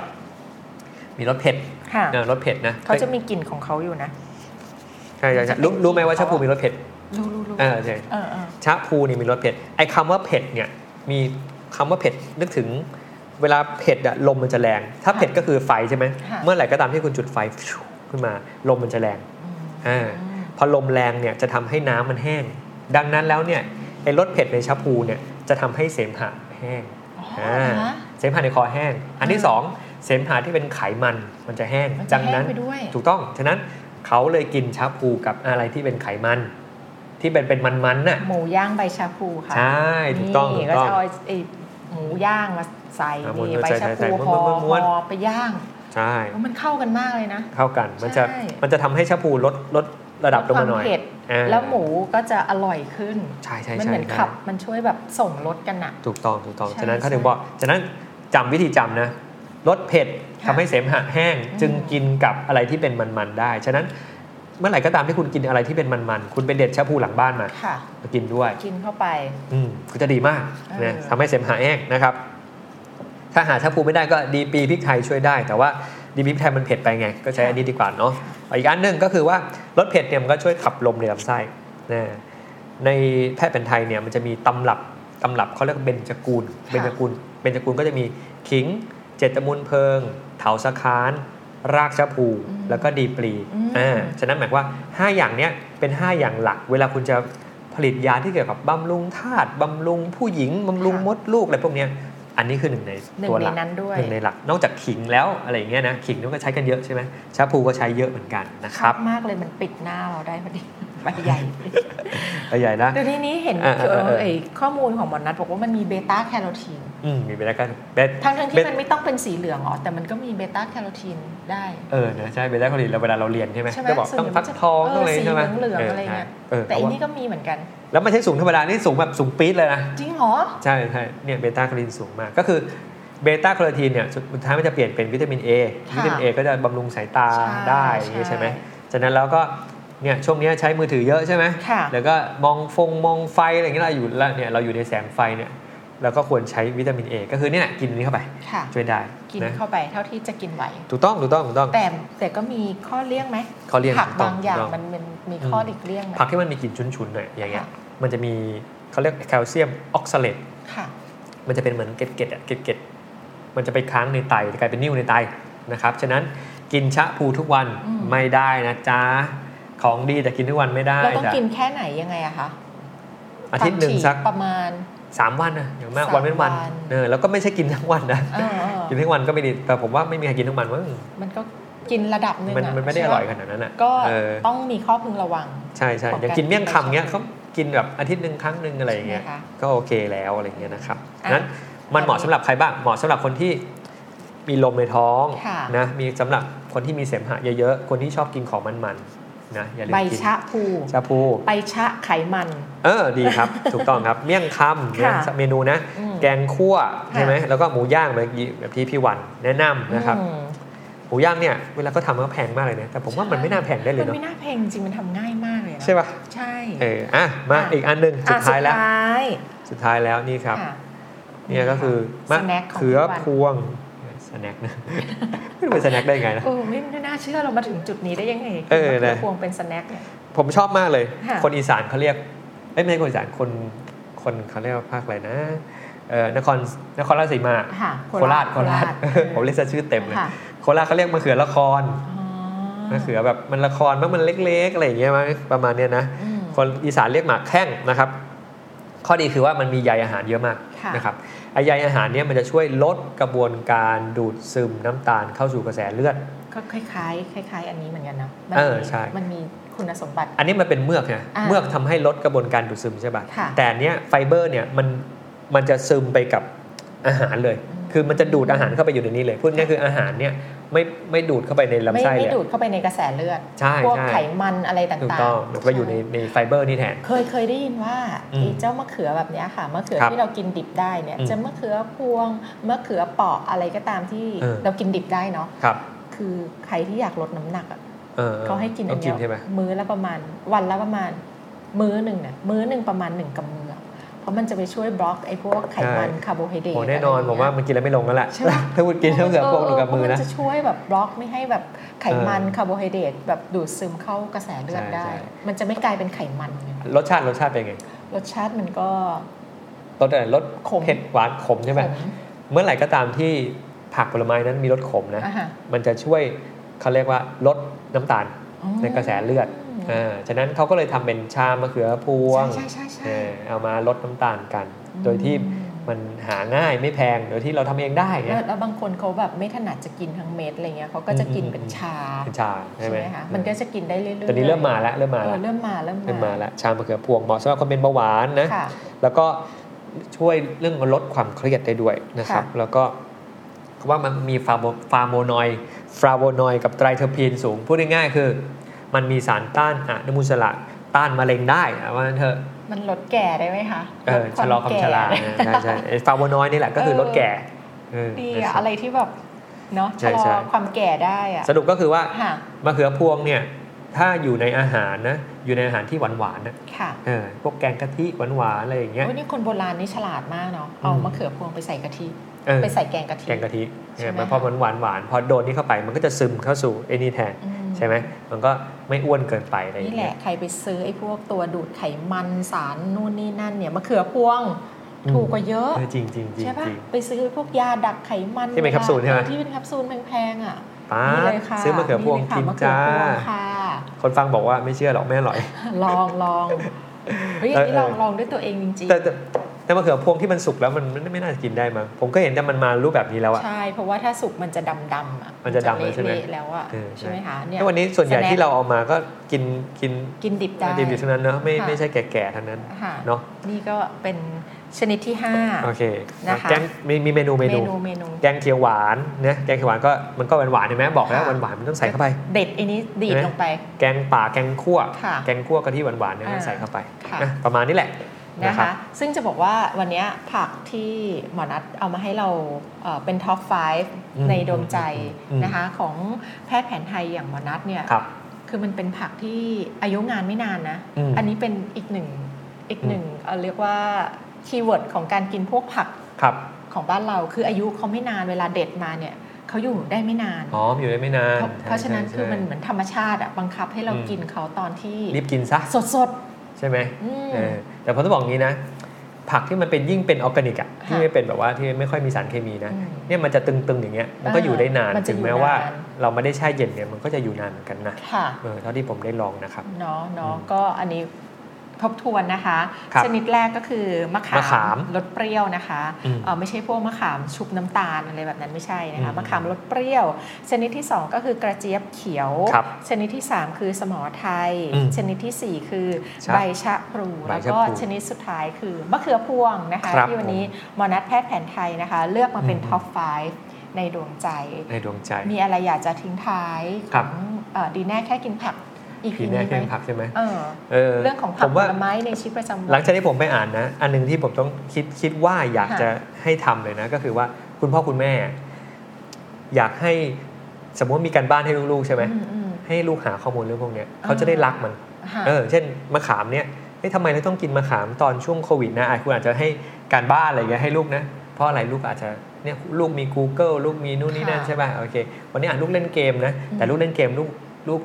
Speaker 2: มีรสเผ็ด
Speaker 1: ค่ะ
Speaker 2: เออรสเผ็ดนะ
Speaker 1: เขาจะมีกลิ่นของเขาอยู่นะ
Speaker 2: ใช่ใช่ใช่รู้รู้ไหมว่าชาพูมีรสเผ็ด
Speaker 1: รู้รู้รู้
Speaker 2: เออใช่
Speaker 1: เออเออ
Speaker 2: ชาพูนี่มีรสเผ็ดไอ้คำว่าเผ็ดเนี่ยมีคำว่าเผ็ดนึกถึง เวลาเผ็ดอะลมมันจะแรง ถ้าเผ็ดก็คือไฟใช่ไหม
Speaker 1: ะ
Speaker 2: เมื่อไหร่ก็ตามที่คุณจุดไฟขึ้นมาลมมันจะแรง
Speaker 1: อืม
Speaker 2: อ่า
Speaker 1: อืม
Speaker 2: พอลมแรงเนี่ยจะทำให้น้ำมันแห้ง ดังนั้นแล้วเนี่ยไอ้รสเผ็ดในชาพูเนี่ยจะทำให้เสมหะแห้ง
Speaker 1: อ๋อ
Speaker 2: อ่า
Speaker 1: ฮะ
Speaker 2: เสมหะในคอแห้ง อันที่
Speaker 1: อ่า
Speaker 2: สองเสมหะที่เป็นไขมันมันจะแห้ง
Speaker 1: มัจะ
Speaker 2: ดังนั้น
Speaker 1: แห้ไปด้วย
Speaker 2: ถูกต้อง ฉะนั้นเขาเลยกินชาพูกับอะไรที่เป็นไขมัน ที่เป็นเป็นมันๆน่ะ
Speaker 1: หมูย่างใบชาพูค่ะ
Speaker 2: ใช่ถูกต้องถู
Speaker 1: นี่
Speaker 2: ก
Speaker 1: ก็
Speaker 2: ต้อง
Speaker 1: จะเอาไอ้ไอ้หมูย่างมาใส่
Speaker 2: อ่ะม้วน
Speaker 1: นี่
Speaker 2: ๆ
Speaker 1: ใบ
Speaker 2: ใส่
Speaker 1: ชา
Speaker 2: ใส่
Speaker 1: พู
Speaker 2: ม้วน
Speaker 1: พอ
Speaker 2: ม้วนม้วน
Speaker 1: พอไปย่าง
Speaker 2: ใช่
Speaker 1: แล้วมันเข้ากันมากเลยนะ
Speaker 2: เท่ากันมันจะ
Speaker 1: ใช่
Speaker 2: มันจะทำให้ชาพูลดลดระดับลงมาหน่อย
Speaker 1: ควเผ็ด
Speaker 2: อ่า
Speaker 1: แล้วหมูก็จะอร่อยขึ้น
Speaker 2: ใช่ใช่
Speaker 1: มัน
Speaker 2: ใช่
Speaker 1: เหมือน
Speaker 2: ใช่
Speaker 1: ขับ มันช่วยแบบส่งรถกันอะ
Speaker 2: ถูกต้องถูกต้อง
Speaker 1: ใช่
Speaker 2: ฉะนั้นเขาถึง
Speaker 1: ใช่
Speaker 2: บอกฉะนั้นจำวิธีจำนะลดเผ็ดทำ
Speaker 1: ค่ะ
Speaker 2: ให้เสมหะแห้ง
Speaker 1: อืม
Speaker 2: จึงกินกับอะไรที่เป็นมันๆได้ ฉะนั้นเมื่อไหร่ก็ตามที่คุณกินอะไรที่เป็นมันๆคุณไปเด็ดชาพูหลังบ้านมา
Speaker 1: ค่ะ
Speaker 2: มากินด้วย
Speaker 1: กินเข้าไป
Speaker 2: อืมก็จะดีมาก
Speaker 1: เออ
Speaker 2: นะทำให้เสมหะแห้งนะครับ ถ้าหาชาพูไม่ได้ก็ดีปีพริกไทยช่วยได้ แต่ว่าดีปีพริกไทยมันเผ็ดไปไง ก็ใช้อันนี้ดีกว่าเนาะอีกอันหนึ่งก็คือว่าลดเผ็ดเนี่ยมันก็ช่วยขับลมในลำไส้นะในแพทย์แผนไทยเนี่ยมันจะมีตำรับตำรับเขาเรียกว่าเบญจกูลเบญจกูลเบญจกูลก็จะมีขิง เจตมูลเพลิง เถาสะคาน รากชะพู
Speaker 1: อืม
Speaker 2: แล้วก็ดีปลี
Speaker 1: อืม
Speaker 2: อ่าฉะนั้นหมายความว่าห้าอย่างเนี้ยเป็นห้าอย่างหลัก เวลาคุณจะผลิตยาที่เกี่ยวกับบำรุงธาตุบำรุงผู้หญิงบำรุงมดลูกอะไรพวกเนี้ยอันนี้คือหนึ่งใน
Speaker 1: หนึ่ง
Speaker 2: ตัว
Speaker 1: ใน
Speaker 2: หลัก
Speaker 1: นั้นด้วย
Speaker 2: หนึ่งในหลักนอกจากขิงแล้วอะไรอย่างเงี้ยนะขิงนี่ก็ใช้กันเยอะใช่ไหมชาพูก็ใช้เยอะเหมือนกันนะค
Speaker 1: ช
Speaker 2: รั
Speaker 1: อ
Speaker 2: บบ
Speaker 1: มากเลยมันปิดหน้าเราได้พอดี ใบใหญ่
Speaker 2: ใหญ่นะ
Speaker 1: เดี๋ยวนี้นี้เห็น
Speaker 2: อ่าอ่าอ่า
Speaker 1: เออไอ้ข้อมูลของหมอนัทบอกว่ามันมีเบต้าแคโรทีน
Speaker 2: อืมมีไปแล้วกันเบส
Speaker 1: ทั้งทั้งๆ
Speaker 2: เบ
Speaker 1: ที่
Speaker 2: ต้า
Speaker 1: มันไม่ต้องเป็นสีเหลืองอ๋อแต่มันก็มีเบต้าแคโรทีนได้
Speaker 2: เออนะใช่เบสแรกคนอื่นเราเวลาเราเรียนใช่ไหม
Speaker 1: ใช่ไหม
Speaker 2: จะบอก
Speaker 1: ส่วนให
Speaker 2: ต้อง
Speaker 1: ญ่
Speaker 2: พักท้อง
Speaker 1: เออ
Speaker 2: ต้องอะไรใช่ไหม
Speaker 1: สีเหลืองๆอะไรเงี้ย
Speaker 2: เออ
Speaker 1: แต่อัน
Speaker 2: เพราะ
Speaker 1: นี้
Speaker 2: ว่า
Speaker 1: ก็มีเหมือนกัน
Speaker 2: แล้วไม่ใช่สูงธรรมดานี่สูงแบบสูงปี๊ดเลยนะ
Speaker 1: จริงเหรอ
Speaker 2: ใช่ใช่เนี่ยเบต้าคาโรทีนสูงมากก็คือเบต้าคาโรทีนเนี่ยสุดท้ายมันจะเปลี่ยนเป็นวิตามิน A
Speaker 1: ค่ะ
Speaker 2: วิตามิน A ก็จะบำรุงสายตา
Speaker 1: ใช่
Speaker 2: ได้อย่างเงี้ยใช่ไหม
Speaker 1: ใช่
Speaker 2: ฉะนั้นแล้วก็เนี่ยช่วงเนี้ยใช้มือถือเยอะใช่ไหม
Speaker 1: ค่ะ
Speaker 2: แล้วก็มองฟงมองไฟอะไรอย่างเงี้ยเราอยู่แล้วเนี่ยเราอยู่ในแสงไฟเนี่ยเราก็ควรใช้วิตามินเอก็คือเนี่ยกินนี้เข้าไป
Speaker 1: ค่ะ
Speaker 2: ช่วยได้
Speaker 1: กิน
Speaker 2: นะ
Speaker 1: เข้าไปเท่าที่จะกินไหว
Speaker 2: ถูกต้องถูกต้องถูกต้อง
Speaker 1: แต่แต่ก็มีข้อเลี่ยงไหม
Speaker 2: เขาเรียก
Speaker 1: ผัก
Speaker 2: ถูต้
Speaker 1: บางอย่าง
Speaker 2: ถูต้
Speaker 1: มันมันมีข้อ
Speaker 2: อืม
Speaker 1: หลีกเลี่ยงไหม
Speaker 2: ผักที่มันมีกลิ่นฉุนๆหน่อยอย่างเงี้ย
Speaker 1: ค่ะ
Speaker 2: มันจะมีเขาเรียกแคลเซียมออกซาเลต
Speaker 1: ค่ะ
Speaker 2: มันจะเป็นเหมือนเกล็ดเกล็ดๆอะเกล็ดเกล็ดๆมันจะไปค้างในไตกลายเป็นนิ่วในไตนะครับฉะนั้นกินชะพูทุกวัน
Speaker 1: อืม
Speaker 2: ไม่ได้นะจ๊ะของดีแต่กินทุกวันไม่ได้
Speaker 1: เราต้อง
Speaker 2: จ้ะ
Speaker 1: กินแค่ไหนยังไงอะคะ
Speaker 2: อาทิตย์หนึ่ง
Speaker 1: ความ
Speaker 2: สัก
Speaker 1: ประมาณ
Speaker 2: สามวันนะอย่างมาก
Speaker 1: สาม
Speaker 2: วันเว้นวัน
Speaker 1: วัน
Speaker 2: เออแล้วก็ไม่ใช่กินทั้งวันนะ
Speaker 1: เออเออ
Speaker 2: กินทั้งวันก็ไม่ดีแต่ผมว่าไม่มีใครกินทั้งวันมั้ง
Speaker 1: มันก็กินระดับหนึ่ง
Speaker 2: มัน
Speaker 1: อะ
Speaker 2: มันไม่ได้อ
Speaker 1: ใช่ปะ
Speaker 2: ร่อยขนาดนั้นอ่ะ
Speaker 1: ก็
Speaker 2: เออ
Speaker 1: ต้องมีข้อพึงระวัง
Speaker 2: ใช่ใช่
Speaker 1: ของ
Speaker 2: อย่างกินเมี่ยงคำเงี้ย
Speaker 1: การกิน
Speaker 2: เขากินแบบอาทิตย์หนึ่งครั้งหนึ่งอะไรอย่างเงี้ย
Speaker 1: ใช่ไหมคะ
Speaker 2: ก็โอเคแล้วอะไรเงี้ยนะครับ
Speaker 1: อ่ะ
Speaker 2: นั้นมันเหมาะสำหรับใครบ้างเหมาะสำหรับคนที่มีลมในท้อง
Speaker 1: ค่ะ
Speaker 2: นะมีสำหรับคนที่มีเสมหะเยอะๆคนที่ชอบกินของมันๆนะอย่าลืม
Speaker 1: ใบ
Speaker 2: กิน
Speaker 1: ชะพู
Speaker 2: ชาพู
Speaker 1: ใบชะไขมัน
Speaker 2: เออดีครับ ถูกต้องครับเมี่ยงคำเนี่ย
Speaker 1: ค่ะ
Speaker 2: เมนูนะ
Speaker 1: อืม
Speaker 2: แกงคั่ว
Speaker 1: ค่ะ
Speaker 2: ใช่ไหมแล้วก็หมูย่างแบบที่แบบที่พี่วันแนะนำนะครับ
Speaker 1: อืม
Speaker 2: หมูย่างเนี่ยเวลาก็ทำก็แพงมากเลยนะแต่ผมว่ามันไม่น่าแพงได้เลย
Speaker 1: มัน
Speaker 2: เนาะ
Speaker 1: ไม่น่าแพงจริงมันทำง่ายมากเลยนะ
Speaker 2: ใช่ป่ะ
Speaker 1: ใช่
Speaker 2: เอออ่ะมาอีกอันหนึ่งสุ
Speaker 1: อ่ะ
Speaker 2: ดท้ายแล้ว
Speaker 1: สุดท้าย
Speaker 2: สุดท้ายแล้วนี่ครับ
Speaker 1: ค่ะ
Speaker 2: เนี่ยก็คือมะ
Speaker 1: สแน็คของ
Speaker 2: เขือ
Speaker 1: พี่วัน
Speaker 2: พวงสแน็คนะ ไม่รู้เป็นสแน็คได้ไงนะ
Speaker 1: เออไม่ไม่น่าเชื่อเรามาถึงจุดนี้ได้ยังไง
Speaker 2: เออ
Speaker 1: มะขื
Speaker 2: นะ
Speaker 1: พวงเป็นสแน็คเนี่ย
Speaker 2: ผมชอบมากเลย
Speaker 1: ค่ะ
Speaker 2: คนอีสานเขาเรียกเอ้ยไม่ใช่คนอีสานคนคนเขาเรียกว่าภาคอะไรนะเออนครนครราชสีมา
Speaker 1: ค่ะ
Speaker 2: โคราชโคราช ผมเรียกชื่อเต็มเลย
Speaker 1: ค่ะ
Speaker 2: โคราชเขาเรียกมะเขือละคร
Speaker 1: อ๋
Speaker 2: มะเขือแบบมันละครมั้งมันเล็กๆอะไรอย่างเงี้ยมั้งประมาณเนี้ยนะ
Speaker 1: ม
Speaker 2: คนอีสานเรียกหมากแข้งนะครับ ข้อดีคือว่ามันมีใยอาหารเยอะมาก
Speaker 1: ค่ะ
Speaker 2: นะครับไอใยอาหารเนี่ยมันจะช่วยลดกระบวนการดูดซึมน้ำตาลเข้าสู่กระแสเลือด
Speaker 1: ก็คล้ายๆคล้าย ๆ อันนี้เหมือนกันนะ
Speaker 2: เออ
Speaker 1: มี
Speaker 2: ใช่
Speaker 1: มันมีคุณสมบัติ
Speaker 2: อันนี้มันเป็นเมือกไง
Speaker 1: อ่า
Speaker 2: เมือกทำให้ลดกระบวนการดูดซึมใช่ป่ะ
Speaker 1: ค่ะ
Speaker 2: แต่อันเนี้ยไฟเบอร์เนี่ยมันมันจะซึมไปกับอาหารเลย
Speaker 1: อืม
Speaker 2: คือมันจะดูดอาหารเข้าไปอยู่ในนี้เลยพูดง่ายๆคืออาหารเนี่ยไม่ไม่ดูดเข้าไปในลำ
Speaker 1: ไม่
Speaker 2: ไส้
Speaker 1: ไม่
Speaker 2: เลย
Speaker 1: ดูดเข้าไปในกระแสเลือด
Speaker 2: ใช่
Speaker 1: พวก
Speaker 2: ใช่
Speaker 1: ไขมันอะไรต่างๆ
Speaker 2: ถูกต้องมันไปอยู่ในในไฟเบอร์นี่แทน
Speaker 1: เคยเคยได้ยินว่า
Speaker 2: อืม
Speaker 1: ไอ้เจ้ามะเขือแบบเนี้ยค่ะมะเขือ
Speaker 2: ครับ
Speaker 1: ที่เรากินดิบได้เนี่ย
Speaker 2: อืม
Speaker 1: จะมะเขือพวงมะเขือเปาะอะไรก็ตามที่
Speaker 2: เออ
Speaker 1: เรากินดิบได้เนาะ
Speaker 2: ครับ
Speaker 1: คือใครที่อยากลดน้ำหนักอะ
Speaker 2: ออ
Speaker 1: เขาให้กินอั
Speaker 2: ต้อน ง
Speaker 1: เนี้ย
Speaker 2: กินใช่ไหม
Speaker 1: มื้อละประมาณวันละประมาณ มื้อหนึ่งเนี่ยมื้อหนึ่งประมาณหนึ่งกำมืออะเพราะมันจะไปช่วยบล็อกไอ้พวกไขมัน
Speaker 2: ใช่
Speaker 1: คาร์โบไฮเดรต
Speaker 2: โอ้แน่นอน
Speaker 1: อะไร
Speaker 2: ผ
Speaker 1: ย่
Speaker 2: ม
Speaker 1: งเงี้ย
Speaker 2: ว่ามันกินแล้วไม่ลงแล้วแหละ
Speaker 1: ใช่ไหม
Speaker 2: ถ้าคุณกินเท่ากับพวกหนูกับมือ
Speaker 1: เมั
Speaker 2: นะ
Speaker 1: จะช่วยแบบบล็อกไม่ให้แบบไขมัน
Speaker 2: เออ
Speaker 1: คาร์โบไฮเดรตแบบดูดซึมเข้ากระแสเลือดได้
Speaker 2: ใช่ใช่
Speaker 1: มันจะไม่กลายเป็นไขมันไง
Speaker 2: รสชาติรสชาติเป็นไง
Speaker 1: รสชาติมันก็
Speaker 2: รสอะไรรส
Speaker 1: ขม
Speaker 2: เผ็ดหวานขมใช่ไหม
Speaker 1: ขม
Speaker 2: เมื่อไหร่ก็ตามที่ผักผลไม้นั้นมีรสขมนะ
Speaker 1: อ่ะฮะ
Speaker 2: มันจะช่วยเขาเรียกว่าลดน้ำตาล
Speaker 1: อ๋อ
Speaker 2: ในกระแสเลือดอ่าฉะนั้นเขาก็เลยทำเป็นชามะเขือพวง
Speaker 1: ใช่ใช่ใช่
Speaker 2: เอ
Speaker 1: ใช่
Speaker 2: อเอามาลดน้ำตาลกัน
Speaker 1: ม
Speaker 2: โดยที่มันหาง่ายไม่แพงโดยที่เราทำเองได้
Speaker 1: แล้
Speaker 2: เนี่
Speaker 1: วย แล้วบางคนเขาแบบไม่ถนัดจะกินทั้งเม็ดอะไรเงี้ยเขาก็จะกิน
Speaker 2: อืม
Speaker 1: เป็นชา
Speaker 2: เป็นชาใช่ไหม
Speaker 1: คะมันก็จะกินได้เรื่อยๆ
Speaker 2: ตอนนี้เริ่มมาแล้วเริ่มมา
Speaker 1: เออ
Speaker 2: แล้ว
Speaker 1: เริ่มมาเริ่มมา
Speaker 2: เริ่มมาแล้วชามะเขือพวงเหมาะสำหรับคนเป็นเบาหวานนะ
Speaker 1: ค่ะ
Speaker 2: แล้วก็ช่วยเรื่องลดความเครียดได้ด้วยนะครับ
Speaker 1: ค่ะ
Speaker 2: แล้วก็เขาว่ามันมีฟาโบฟาโมนอยด์ฟาโวนอยด์กับไตรเทอร์พีนสูง พูดง่ายๆคือ มันมีสารต้านอนุมูลอิสระต้านมะเร็งได้อะว่างั้นเถอะ
Speaker 1: มันลดแก่ได้ไหมคะ
Speaker 2: เออชะลอความชรานะใช่ใช่ไอ้ฟาโวนอยด์นี่แหละก็คือลดแก่เออ
Speaker 1: ดี
Speaker 2: นะ
Speaker 1: อะ
Speaker 2: ครั
Speaker 1: อะ
Speaker 2: บ
Speaker 1: ไรที่แบบเนาะ
Speaker 2: ใช่
Speaker 1: ชะลอ
Speaker 2: ใช่
Speaker 1: ความแก่ได้อะ
Speaker 2: สรุปก็คือว่า
Speaker 1: ค่ะ
Speaker 2: มะเขือพวงเนี่ยถ้าอยู่ในอาหารนะอยู่ในอาหารที่หวานๆนะ
Speaker 1: ค่ะ
Speaker 2: เออพวกแกงกะทิหวานๆอะไรอย่างเงี้ย
Speaker 1: โอ้ยนี่คนโบราณนี่ฉลาดมากเนาะ เอา
Speaker 2: อืม
Speaker 1: มะเขือพวงไปใส่กะทิ
Speaker 2: เออ
Speaker 1: ไปใส่แกงกะทิ
Speaker 2: แกงกะทิ
Speaker 1: ใช่
Speaker 2: เนี่ย
Speaker 1: ไหม
Speaker 2: มันพอ
Speaker 1: คะ
Speaker 2: มันหวานหวานพอโดนนี่เข้าไปมันก็จะซึมเข้าสู่ไอ้นี่แทน
Speaker 1: อื
Speaker 2: ใช่ไหมมันก็ไม่อ้วนเกินไปอะไรอย่า
Speaker 1: นี่
Speaker 2: ง
Speaker 1: แห
Speaker 2: เงี้
Speaker 1: ละ
Speaker 2: ย
Speaker 1: ใครไปซื้อไอ้พวกตัวดูดไขมันสารนู่นนี่นั่นเนี่ยมะเขือพวง ถูกกว่าเยอะ
Speaker 2: เออจริงจริงจริง
Speaker 1: ใช่ปะ
Speaker 2: จริง
Speaker 1: ไปซื้อพวกยาดักไขมัน
Speaker 2: ที่เป็นแคปซูลใช่ไหม
Speaker 1: ที่เป็นแคปซูลแพงๆอ่ะ
Speaker 2: ป้า
Speaker 1: นี่
Speaker 2: ด
Speaker 1: เลยค่ะ
Speaker 2: ซื้อมะเขือพวง
Speaker 1: นี่ลยค่ะ
Speaker 2: กิน
Speaker 1: มะเขือ
Speaker 2: จ้า
Speaker 1: พวงค่ะ
Speaker 2: คนฟังบอกว่าไม่เชื่อหรอกแม่อร่อย
Speaker 1: ลองลองเฮ้ยอันนี้
Speaker 2: เอ
Speaker 1: ล
Speaker 2: อ
Speaker 1: อง
Speaker 2: เออ
Speaker 1: ลองด้วยตัวเองจริง
Speaker 2: แต่แต่แต่มะเขือพวงที่มันสุกแล้วมันมันไม่น่าจะกินได้มั้งผมก็เห็นแต่มันมารูปแบบนี้แล้ว
Speaker 1: ๆ
Speaker 2: อะ
Speaker 1: ใช่ เพราะว่าถ้าสุกมันจะดำๆอ่ะ
Speaker 2: มันจะดำเลยใช่ไหม
Speaker 1: เละๆแล้วอ่ะ
Speaker 2: เออใช่
Speaker 1: ใช่ไหมคะเนี่ย
Speaker 2: แล้ววันนี้ส่วนใหญ่
Speaker 1: แสดง
Speaker 2: ที่เราเอามาก็กินกิน
Speaker 1: กินดิบได้
Speaker 2: ดิบๆทั้งนั้นเนอะไม่
Speaker 1: ค่ะ
Speaker 2: ไม่ใช่แก่ๆทั้งนั้น
Speaker 1: ค่ะ
Speaker 2: เนาะ
Speaker 1: นี่ก็เป็นชนิดที่ 5
Speaker 2: โอเค
Speaker 1: นะคะ
Speaker 2: แกงมีมีเมนูเม
Speaker 1: เม
Speaker 2: นู
Speaker 1: นูเมนู
Speaker 2: แกงเขียวหวานนะแกงเขียวหวานก็มันก็หวานๆเห็นไหมบอกแล้ว
Speaker 1: ค่ะ
Speaker 2: หวานๆมันต้องใส่เข้าไป
Speaker 1: เด็ดอันนี้ดีดลงไป
Speaker 2: แกงป่าแกงคั่ว
Speaker 1: ค่ะ
Speaker 2: แกงคั่วกะทิหวานๆเนี่ย
Speaker 1: อ่า
Speaker 2: ใส่เข้าไป
Speaker 1: ค่ะ
Speaker 2: นะประมาณนี้แหละ
Speaker 1: นะ
Speaker 2: รั
Speaker 1: คะ
Speaker 2: บ
Speaker 1: ซึ่งจะบอกว่าวันเนี้ยผักที่หมอนัดเอามาให้เราเอ่อเป็นท็อป
Speaker 2: อืม
Speaker 1: 5 ในดวงใจ
Speaker 2: อืม
Speaker 1: นะคะของแพทย์แผนไทยอย่างหมอนัดเนี่ย
Speaker 2: ครับ
Speaker 1: คือมันเป็นผักที่อายุงานไม่นานนะ
Speaker 2: อืม
Speaker 1: อันนี้เป็นอีกหนึ่งอีกหนึ่งเอ่อเรียกว่าคีย์เวิร์ดของการกินพวกผัก
Speaker 2: ครับ
Speaker 1: ของบ้านเราคืออายุเขาไม่นานเวลาเด็ดมาเนี่ยเขาอยู่ได้ไม่นาน
Speaker 2: อ๋อมันอยู่ได้ไม่นาน
Speaker 1: เพราะเพราะ
Speaker 2: ใช่
Speaker 1: ฉะนั้น
Speaker 2: ใช่
Speaker 1: คือมันเห
Speaker 2: ใช่
Speaker 1: มือนธรรมชาติอะบังคับให้เรา
Speaker 2: อืม
Speaker 1: กินเขาตอนที่
Speaker 2: รีบกินซะ
Speaker 1: สดสด
Speaker 2: ใช่ไหม
Speaker 1: ๆอืม
Speaker 2: เออแต่ผมต้องบอกงี้นะ ผักที่มันเป็นยิ่งเป็นออร์แกนิกอะที่
Speaker 1: ค่ะ
Speaker 2: ไม่เป็นแบบว่าที่ไม่ค่อยมีสารเคมีนะ
Speaker 1: อืม
Speaker 2: เนี่ยมันจะตึงๆอย่างเงี้ยมันก็
Speaker 1: อ่า
Speaker 2: อยู่ได้นาน
Speaker 1: มันจะ
Speaker 2: ถึงแม้
Speaker 1: อยู่
Speaker 2: ว่า
Speaker 1: นาน
Speaker 2: เราไม่ได้แช่เย็นเนี่ยมันก็จะอยู่นานเหมือนกันนะ
Speaker 1: ค่ะ
Speaker 2: เออเท่าที่ผมได้ลองนะครับ
Speaker 1: เนาะเนาะ
Speaker 2: อืม
Speaker 1: ก็อันนี้ ทบทวนนะคะ
Speaker 2: ครับ
Speaker 1: ชนิดแรกก็คือมะขาม
Speaker 2: มะขาม
Speaker 1: รสเปรี้ยวนะคะ
Speaker 2: อืม
Speaker 1: เอ่อไม่ใช่พวกมะขามชุบน้ำตาลอะไรแบบนั้นไม่ใช่นะคะ
Speaker 2: อืม
Speaker 1: มะขามรสเปรี้ยว ชนิดที่ 2 ก็คือกระเจี๊ยบเขียว
Speaker 2: ครับ
Speaker 1: ชนิดที่ 3 คือสมอไทย
Speaker 2: อืม
Speaker 1: ชนิดทีสี่4 คือ
Speaker 2: ใช่
Speaker 1: ใบชะพลู
Speaker 2: ใบ
Speaker 1: แล้ว
Speaker 2: ชะพลู
Speaker 1: ก็ชนิดสุดท้ายคือมะเขือพวงนะคะ
Speaker 2: ครับ
Speaker 1: ที่วันนี้หมอนัดแพทย์แผนไทยนะคะ เลือกมาเป็น
Speaker 2: อืม
Speaker 1: ท็อป5ในดวงใจ
Speaker 2: ในดวงใจ
Speaker 1: มีอะไรอยากจะทิ้งท้ายข
Speaker 2: ครั
Speaker 1: อบ งเอ่อดีแน่แค่กินผัก อีพี
Speaker 2: ผีแน่
Speaker 1: นี้ไห
Speaker 2: แค่
Speaker 1: ม
Speaker 2: ผักใช่ไหม
Speaker 1: เออ
Speaker 2: เออ
Speaker 1: เรื่องของผัก
Speaker 2: ผม
Speaker 1: ผ
Speaker 2: ว่า
Speaker 1: ลไม้ในชีวิตประจำวั
Speaker 2: หลังจากที่ผมไปอ่านนะ อันหนึงที่ผมต้องคิดคิดว่าอยาก
Speaker 1: ค่ะ
Speaker 2: จะให้ทำเลยนะ ก็คือว่าคุณพ่อคุณแม่ อยากให้สมมติมีการบ้านให้ลูกๆใช่ไหมให้ลูกหาข้อมูลเรื่องพวกเนี้ยเขาจะได้รักมัน
Speaker 1: ค่ะ
Speaker 2: เออ เช่นมะขามเนี่ยเฮ้ยทำไมเราต้องกินมะขามตอนช่วงโควิดนะอ่ะคุณอาจจะให้การบ้านอะไรอย่างเงี้ยให้ลูกนะ เพราะอะไรลูกอาจจะเนี่ยลูกมี Google ลูกมีนู่นนี่นั่น
Speaker 1: ค่ะ
Speaker 2: ใช่ป่ะโอเค วันนี้อ่านลูกเล่นเกมนะ แต่
Speaker 1: อืม
Speaker 2: ลูกเล่นเกมลูกลูก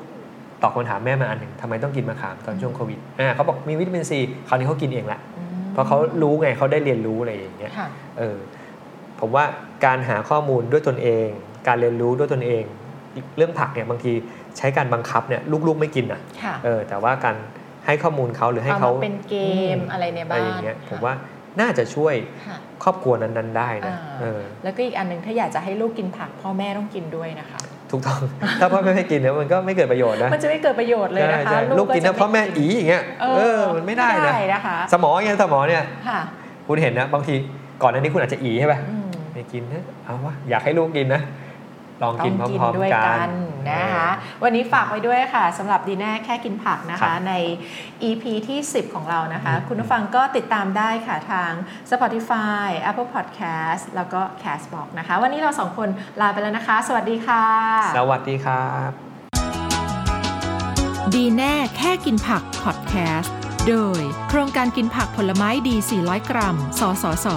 Speaker 2: ตอบคำถามแม่มาอันหนึ่งทำไมต้องกินมะขามตอนช่วงโควิดอ่าเขาบอกมีวิตามินซีคราวนี้เขากินเองละ
Speaker 1: อืม
Speaker 2: เพราะเขารู้ไงเขาได้เรียนรู้อะไรอย่างเงี้ย
Speaker 1: ค่ะ
Speaker 2: เออ ผมว่าการหาข้อมูลด้วยตนเอง การเรียนรู้ด้วยตนเองอีกเรื่องผักเนี่ยบางทีใช้การบังคับเนี่ยลูกๆไม่กินนะ
Speaker 1: ค่ะ
Speaker 2: เออ แต่ว่าการให้ข้อมูลเขาหรือให้
Speaker 1: เอา
Speaker 2: เขา
Speaker 1: มาเป็นเกมอะไรใน
Speaker 2: อะไร
Speaker 1: บ้าน
Speaker 2: อย่างเงี้ย ผม
Speaker 1: ค่ะ
Speaker 2: ว่าน่าจะช่วย
Speaker 1: ค่ะ
Speaker 2: ครอบครัวนั้นๆได้นะ
Speaker 1: อ่า
Speaker 2: เออ
Speaker 1: แล้วก็อีกอันหนึ่งถ้าอยากจะให้ลูกกินผักพ่อแม่ต้องกินด้วยนะคะ
Speaker 2: ถูกต้อง ถ้าพ่อแม่ไม่กินเนี่ยมันก็ไม่เกิดประโยชน์นะ
Speaker 1: มันจะไม่เกิดประโยชน์เลยนะ
Speaker 2: ใช่
Speaker 1: คะ
Speaker 2: ใช่ลูกกินนะ
Speaker 1: จะไ
Speaker 2: พ่อแม่อีอย่างเงี้ย
Speaker 1: เออ
Speaker 2: เออ มันไม่ได้นะ
Speaker 1: นะคะ
Speaker 2: สมองอย่างเงยสมองเนี่ย
Speaker 1: ค่ะ
Speaker 2: คุณเห็นนะบางทีก่อนหน้านี้คุณอาจจะอีใช่ป่ะ
Speaker 1: อืม
Speaker 2: ไม่กินนะ เอาวะ อยากให้ลูกกินนะ ลอง
Speaker 1: ต้
Speaker 2: กิ
Speaker 1: อนง
Speaker 2: พ
Speaker 1: กิน
Speaker 2: ร้อม
Speaker 1: ด้วย
Speaker 2: ๆกั
Speaker 1: กัน
Speaker 2: น
Speaker 1: นะคะ วันนี้ฝากไว้ด้วยค่ะสำหรับดีแน่แค่กินผักนะ
Speaker 2: ครั
Speaker 1: คะ
Speaker 2: บ
Speaker 1: ใน EP ที่ 10 ของเรานะคะ
Speaker 2: อืม
Speaker 1: คุณผู้ฟังก็ติดตามได้ค่ะทาง Spotify Apple Podcast แล้วก็ Castbox นะคะ วันนี้เราสองคนลาไปแล้วนะคะ สวัสดีค่ะ
Speaker 2: สวัสดีครับ
Speaker 3: ดีแน่แค่กินผักพอดแคสต์โดยโครงการกินผักผลไม้ดี 400 กรัม สสส